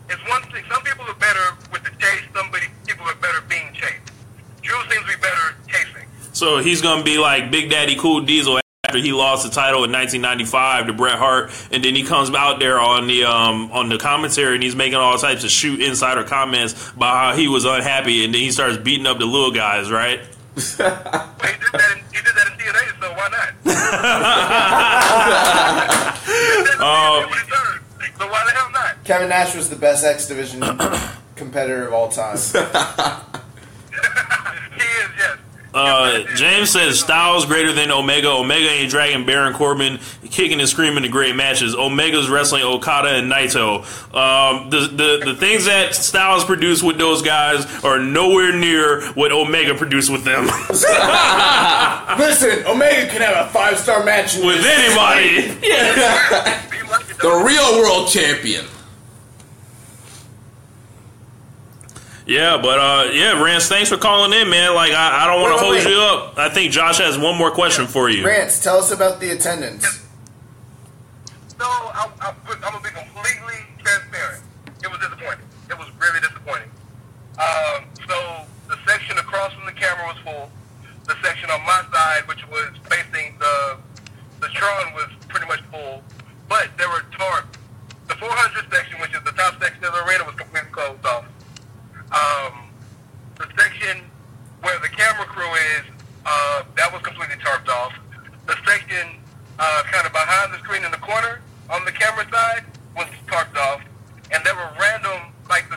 it's one thing. Some people are better with the chase. Somebody people are better being chased. Drew seems to be better chasing. So he's gonna be like Big Daddy Cool Diesel after he lost the title in 1995 to Bret Hart, and then he comes out there on the um, on the commentary and he's making all types of shoot insider comments about how he was unhappy, and then he starts beating up the little guys, right? But he did that. In, he did that in TNA, so why not? Oh. Uh, He deserved. So why the hell not? Kevin Nash was the best X Division competitor of all time. He is yes. Uh, James says Styles greater than Omega. Omega ain't dragging Baron Corbin, kicking and screaming the great matches. Omega's wrestling Okada and Naito. Um, the, the the things that Styles produced with those guys are nowhere near what Omega produced with them Listen, Omega can have a five star match in with anybody. Be lucky, The though. real world champion. Yeah, but uh, yeah, Rance, thanks for calling in, man. Like I, I don't want Wait, to wait, hold wait. you up. I think Josh has one more question for you. Rance, tell us about the attendance. No, I, I, I'm gonna be completely transparent. It was disappointing. It was really disappointing. Um, so the section across from the camera was full. The section on my side, which was facing the the Tron, was pretty much full. But there were tar The 400 section, which is the top section of the arena, was completely closed off. Um, the section where the camera crew is, uh, that was completely tarped off. The section uh, kind of behind the screen in the corner on the camera side was tarped off, and there were random like the.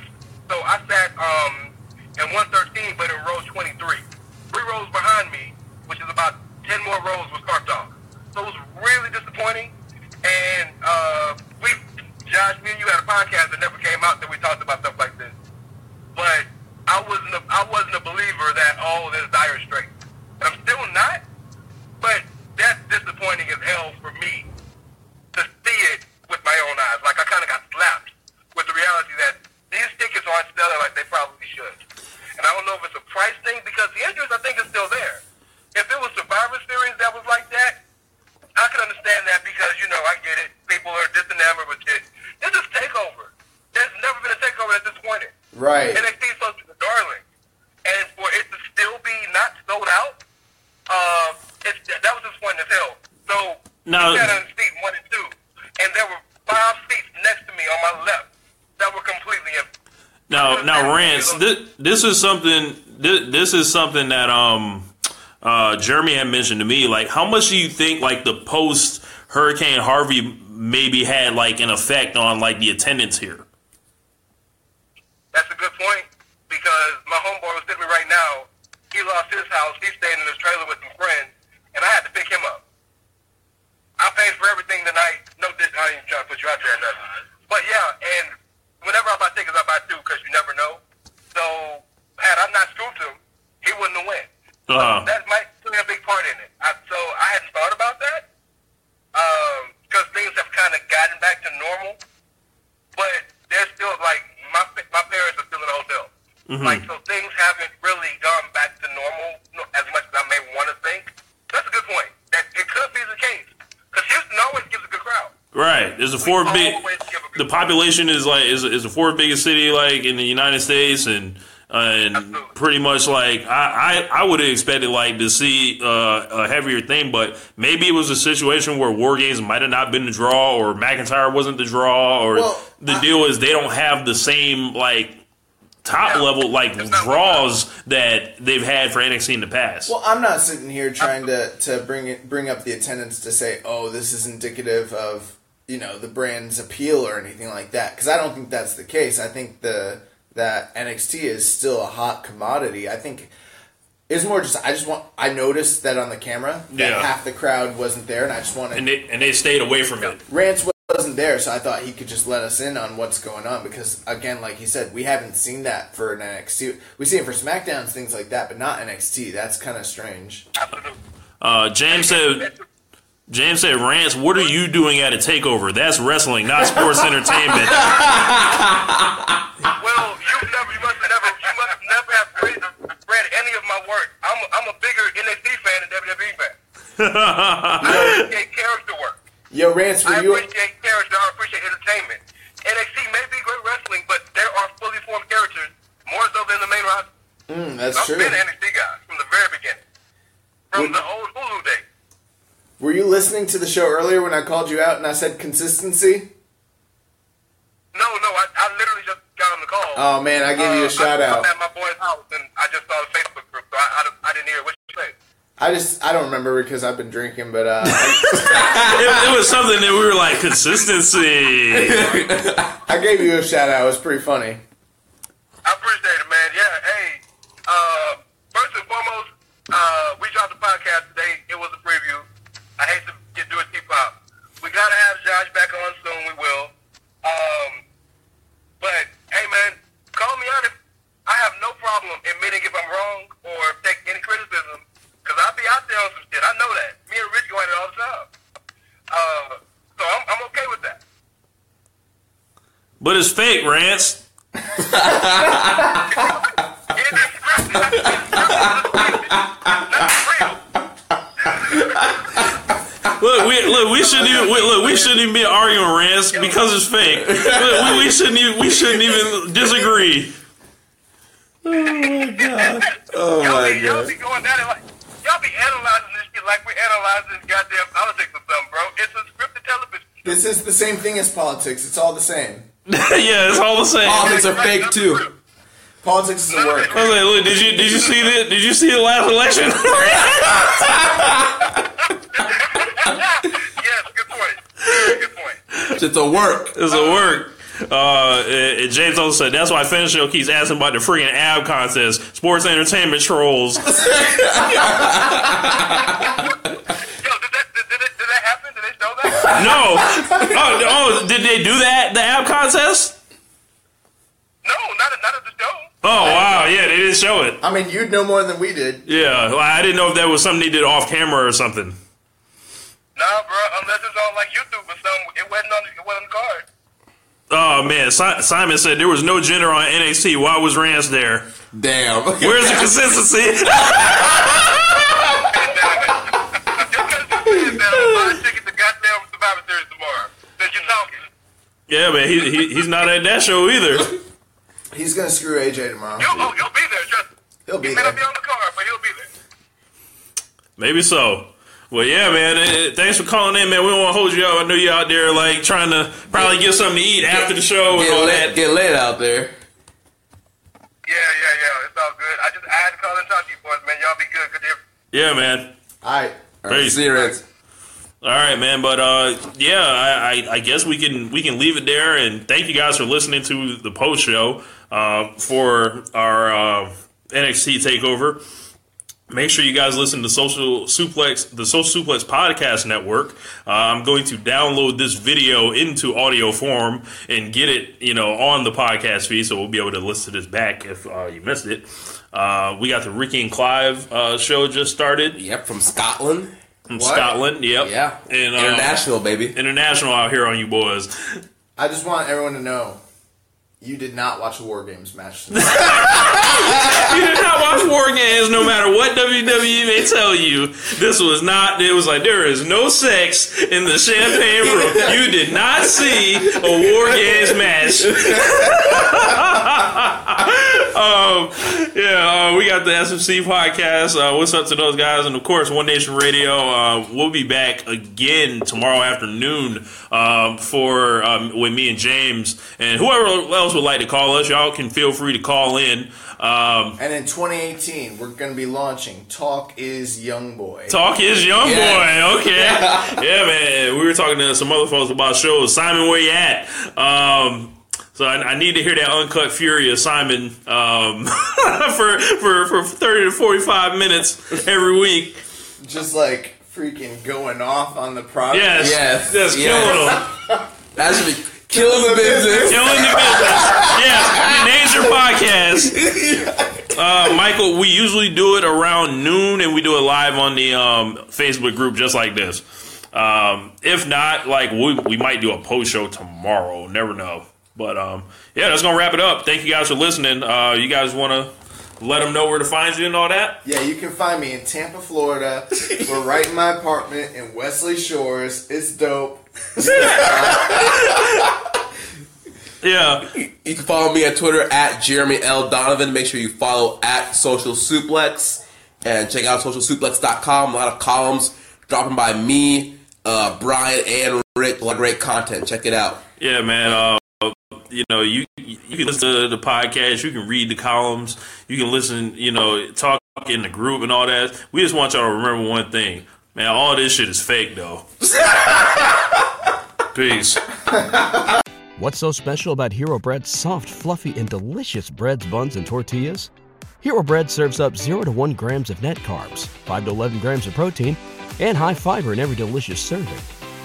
So I sat um, in 113, but in row 23, three rows behind me, which is about 10 more rows was tarped off. So it was really disappointing, and uh, we, Josh, me and you had a podcast that never came out that we talked about stuff like this but I wasn't a, I wasn't a believer that all this dire straight. And I'm still not, but that's disappointing as hell for me to see it with my own eyes. Like I kind of got slapped with the reality that these tickets aren't selling like they probably should. And I don't know if it's a price thing because the interest I think is still there. If it was Survivor Series that was like that, I can understand that because you know I get it. People are disenamored with shit. This is takeover. There's never been a takeover that's disappointed. Right. NXT is supposed to be the darling, and Um, for it to still be not sold out, uh, it's, that was disappointing as hell. about rants, this, this is something. This, this is something that um, uh, Jeremy had mentioned to me. Like, how much do you think like the post Hurricane Harvey maybe had like an effect on like the attendance here? That's a good point because my homeboy was with me right now. He lost his house. He's staying in his trailer with some friends, and I had to pick him up. I paid for everything tonight. No, dis- I ain't trying to put you out there, or nothing. But yeah, and whenever I buy tickets, I buy two because you never know. So had I not scooped him, he wouldn't have went. Uh, That might play a big part in it. I, so I hadn't thought about that because things have kind of gotten back to normal. But they're still like my fa- my parents are still in a hotel. Mm-hmm. Like so, things haven't really gone back to normal no- as much as I may want to think. That's a good point. That it could be the case because Houston always gives a good crowd. right. There's a four big. Always give a The good population is like is is the fourth biggest city like in the United States and. Uh, and Absolutely. pretty much like I, I, I would have expected like to see uh, a heavier thing, but maybe it was a situation where war games might have not been the draw, or McIntyre wasn't the draw, or Well, the I- deal is they don't have the same like top Yeah. level like It's not- draws that they've had for NXT in the past. Well, I'm not sitting here trying to, to bring it, bring up the attendance to say, oh, this is indicative of you know the brand's appeal or anything like that, because I don't think that's the case. I think the that NXT is still a hot commodity. I think it's more just I just want I noticed that on the camera that Yeah. half the crowd wasn't there, and I just wanted and they and they stayed away from it. Rance wasn't there, so I thought he could just let us in on what's going on because, again, like he said, we haven't seen that for an NXT. We see it for SmackDowns, things like that, but not NXT. That's kind of strange. Absolutely. Uh, James said, James said, Rance, what are you doing at a takeover? That's wrestling, not sports entertainment. Well, you never, you must never, you must never have read, read any of my work. I'm, a, I'm a bigger NXT fan than WWE fan. I appreciate character work. Yo, Rance, were I you appreciate character. I appreciate entertainment. NXT may be great wrestling, but there are fully formed characters more so than the main roster. Mm, That's I've true. been an NXT guy from the very beginning, from Would- the old Hulu days. Were you listening to the show earlier when I called you out and I said consistency? No, no, I, I literally just got on the call. Oh man, I gave you Uh, a shout I, out. I'm at my boy's house, and I just saw the Facebook group, so I, I, I didn't hear what you said. I just I don't remember because I've been drinking, but uh, I, It, it was something that we were like consistency. I gave you a shout out. It was pretty funny. I appreciate it, man. Yeah, hey. Uh, first and foremost, uh, we dropped the podcast today. It was a preview. I hate to get do a T pop. We gotta have Josh back on soon. We will. Um, but hey, man, call me out. If, I have no problem admitting if I'm wrong or if take any criticism, cause I'll be out there on some shit. I know that. Me and Rich go at it all the time. Uh, so I'm, I'm okay with that. But it's fake, Rance. It is scripted. Nothing real. Look, we look, we shouldn't even we, look, we shouldn't even be arguing Rance because it's fake. Look, we, we shouldn't even, we shouldn't even disagree. Oh Y'all my be, y'all god. be going down there like, y'all be analyzing this shit like we're analyzing this goddamn politics or something, bro. It's a scripted television. This is the same thing as politics. It's all the same. yeah, it's all the same. I Politics are fake too. Politics is a word. was like, look, did you did you see that? Did you see the last election? yes, good point. Very good point. It's a work. It's a work. Uh, and- and James also said that's why Finchel keeps asking about the freaking ab contest. Sports entertainment trolls. Yo, did that, did, did, it, did that happen? Did they show that? No. Oh, oh, did they do that? The ab contest? no, not at, not at the show. Oh wow, yeah, they didn't show it. I mean, you'd know more than we did. Yeah, well, I didn't know if that was something they did off camera or something. Nah, bro, unless it's on like YouTube or something. It wasn't on, it wasn't on the card. Oh man, si- Simon said there was no gender on NXT. Why was Rance there? Damn. Where's the consistency? Just because you said that, I'm buying tickets to goddamn Survivor Series tomorrow. Since you're talking. yeah, man, he, he, he's not at that show either. He's gonna screw AJ tomorrow. You, oh, you'll be there, trust me. He'll be He may there. not be on the card, but he'll be there. Maybe so. Well, yeah, man. eh, eh, thanks for calling in, man. We don't want to hold you up. I know you're out there like trying to probably get something to eat after the show and Get all lit, that. get lit out there. calling top to you boys, man. Y'all be good. Good to hear Yeah, man. All right. All right, Peace. see you, Reds. All right, man. But uh, yeah, I, I, I guess we can we can leave it there. And thank you guys for listening to the post show uh, for our uh, NXT takeover. Make sure you guys listen to Social Suplex, the Social Suplex Podcast Network. Uh, I'm going to download this video into audio form and get it, you know, on the podcast feed, so we'll be able to listen to this back if uh, you missed it. Uh, we got the Ricky and Clive uh, show just started Yep, from Scotland. from What? Scotland. Yep, Yeah, and uh, international baby. international out here on you boys. I just want everyone to know you did not watch a War Games match. tonight. You did not watch War Games, no matter what WWE may tell you. This was not. It was like there is no sex in the champagne room. You did not see a War Games match. um, yeah, uh, we got the SMC podcast. Uh, what's up to those guys? And of course, One Nation Radio. Uh, we'll be back again tomorrow afternoon um, for um, with me and James and whoever else would like to call us. Y'all can feel free to call in. Um, and in 2018, we're going to be launching Talk is Young Boy. Talk is young Yeah. boy. Okay. yeah, man. We were talking to some other folks about shows. Simon, where you at? Um, so I, I need to hear that uncut fury of Simon um, for, for for thirty to forty five minutes every week. just like freaking going off on the product. Yes, Yes, that's yes. killing them. That should be killing the business. Killing the business. Yes, the Nature Podcast. Uh, Michael, we usually do it around noon, and we do it live on the um, Facebook group, just like this. Um, if not, like we we might do a post show tomorrow. Never know. But um, yeah, that's gonna wrap it up. Thank you guys for listening. Uh, you guys want to let them know where to find you and all that? Yeah, you can find me in Tampa, Florida. We're right in my apartment in Wesley Shores. It's dope. Yeah. You can follow me on Twitter at Jeremy L. Donovan. Make sure you follow at Social Suplex and check out socialsuplex.com. A lot of columns dropping by me, uh, Brian, and Rick. A lot of great content. Check it out. Yeah, man. Uh, you know, you you can listen to the podcast, you can read the columns, you can listen, you know, talk in the group and all that. We just want y'all to remember one thing, man. All this shit is fake, though. Peace. What's so special about Hero Bread's soft, fluffy, and delicious breads, buns, and tortillas? Hero Bread serves up 0 to 1 grams of net carbs, 5 to 11 grams of protein, and high fiber in every delicious serving.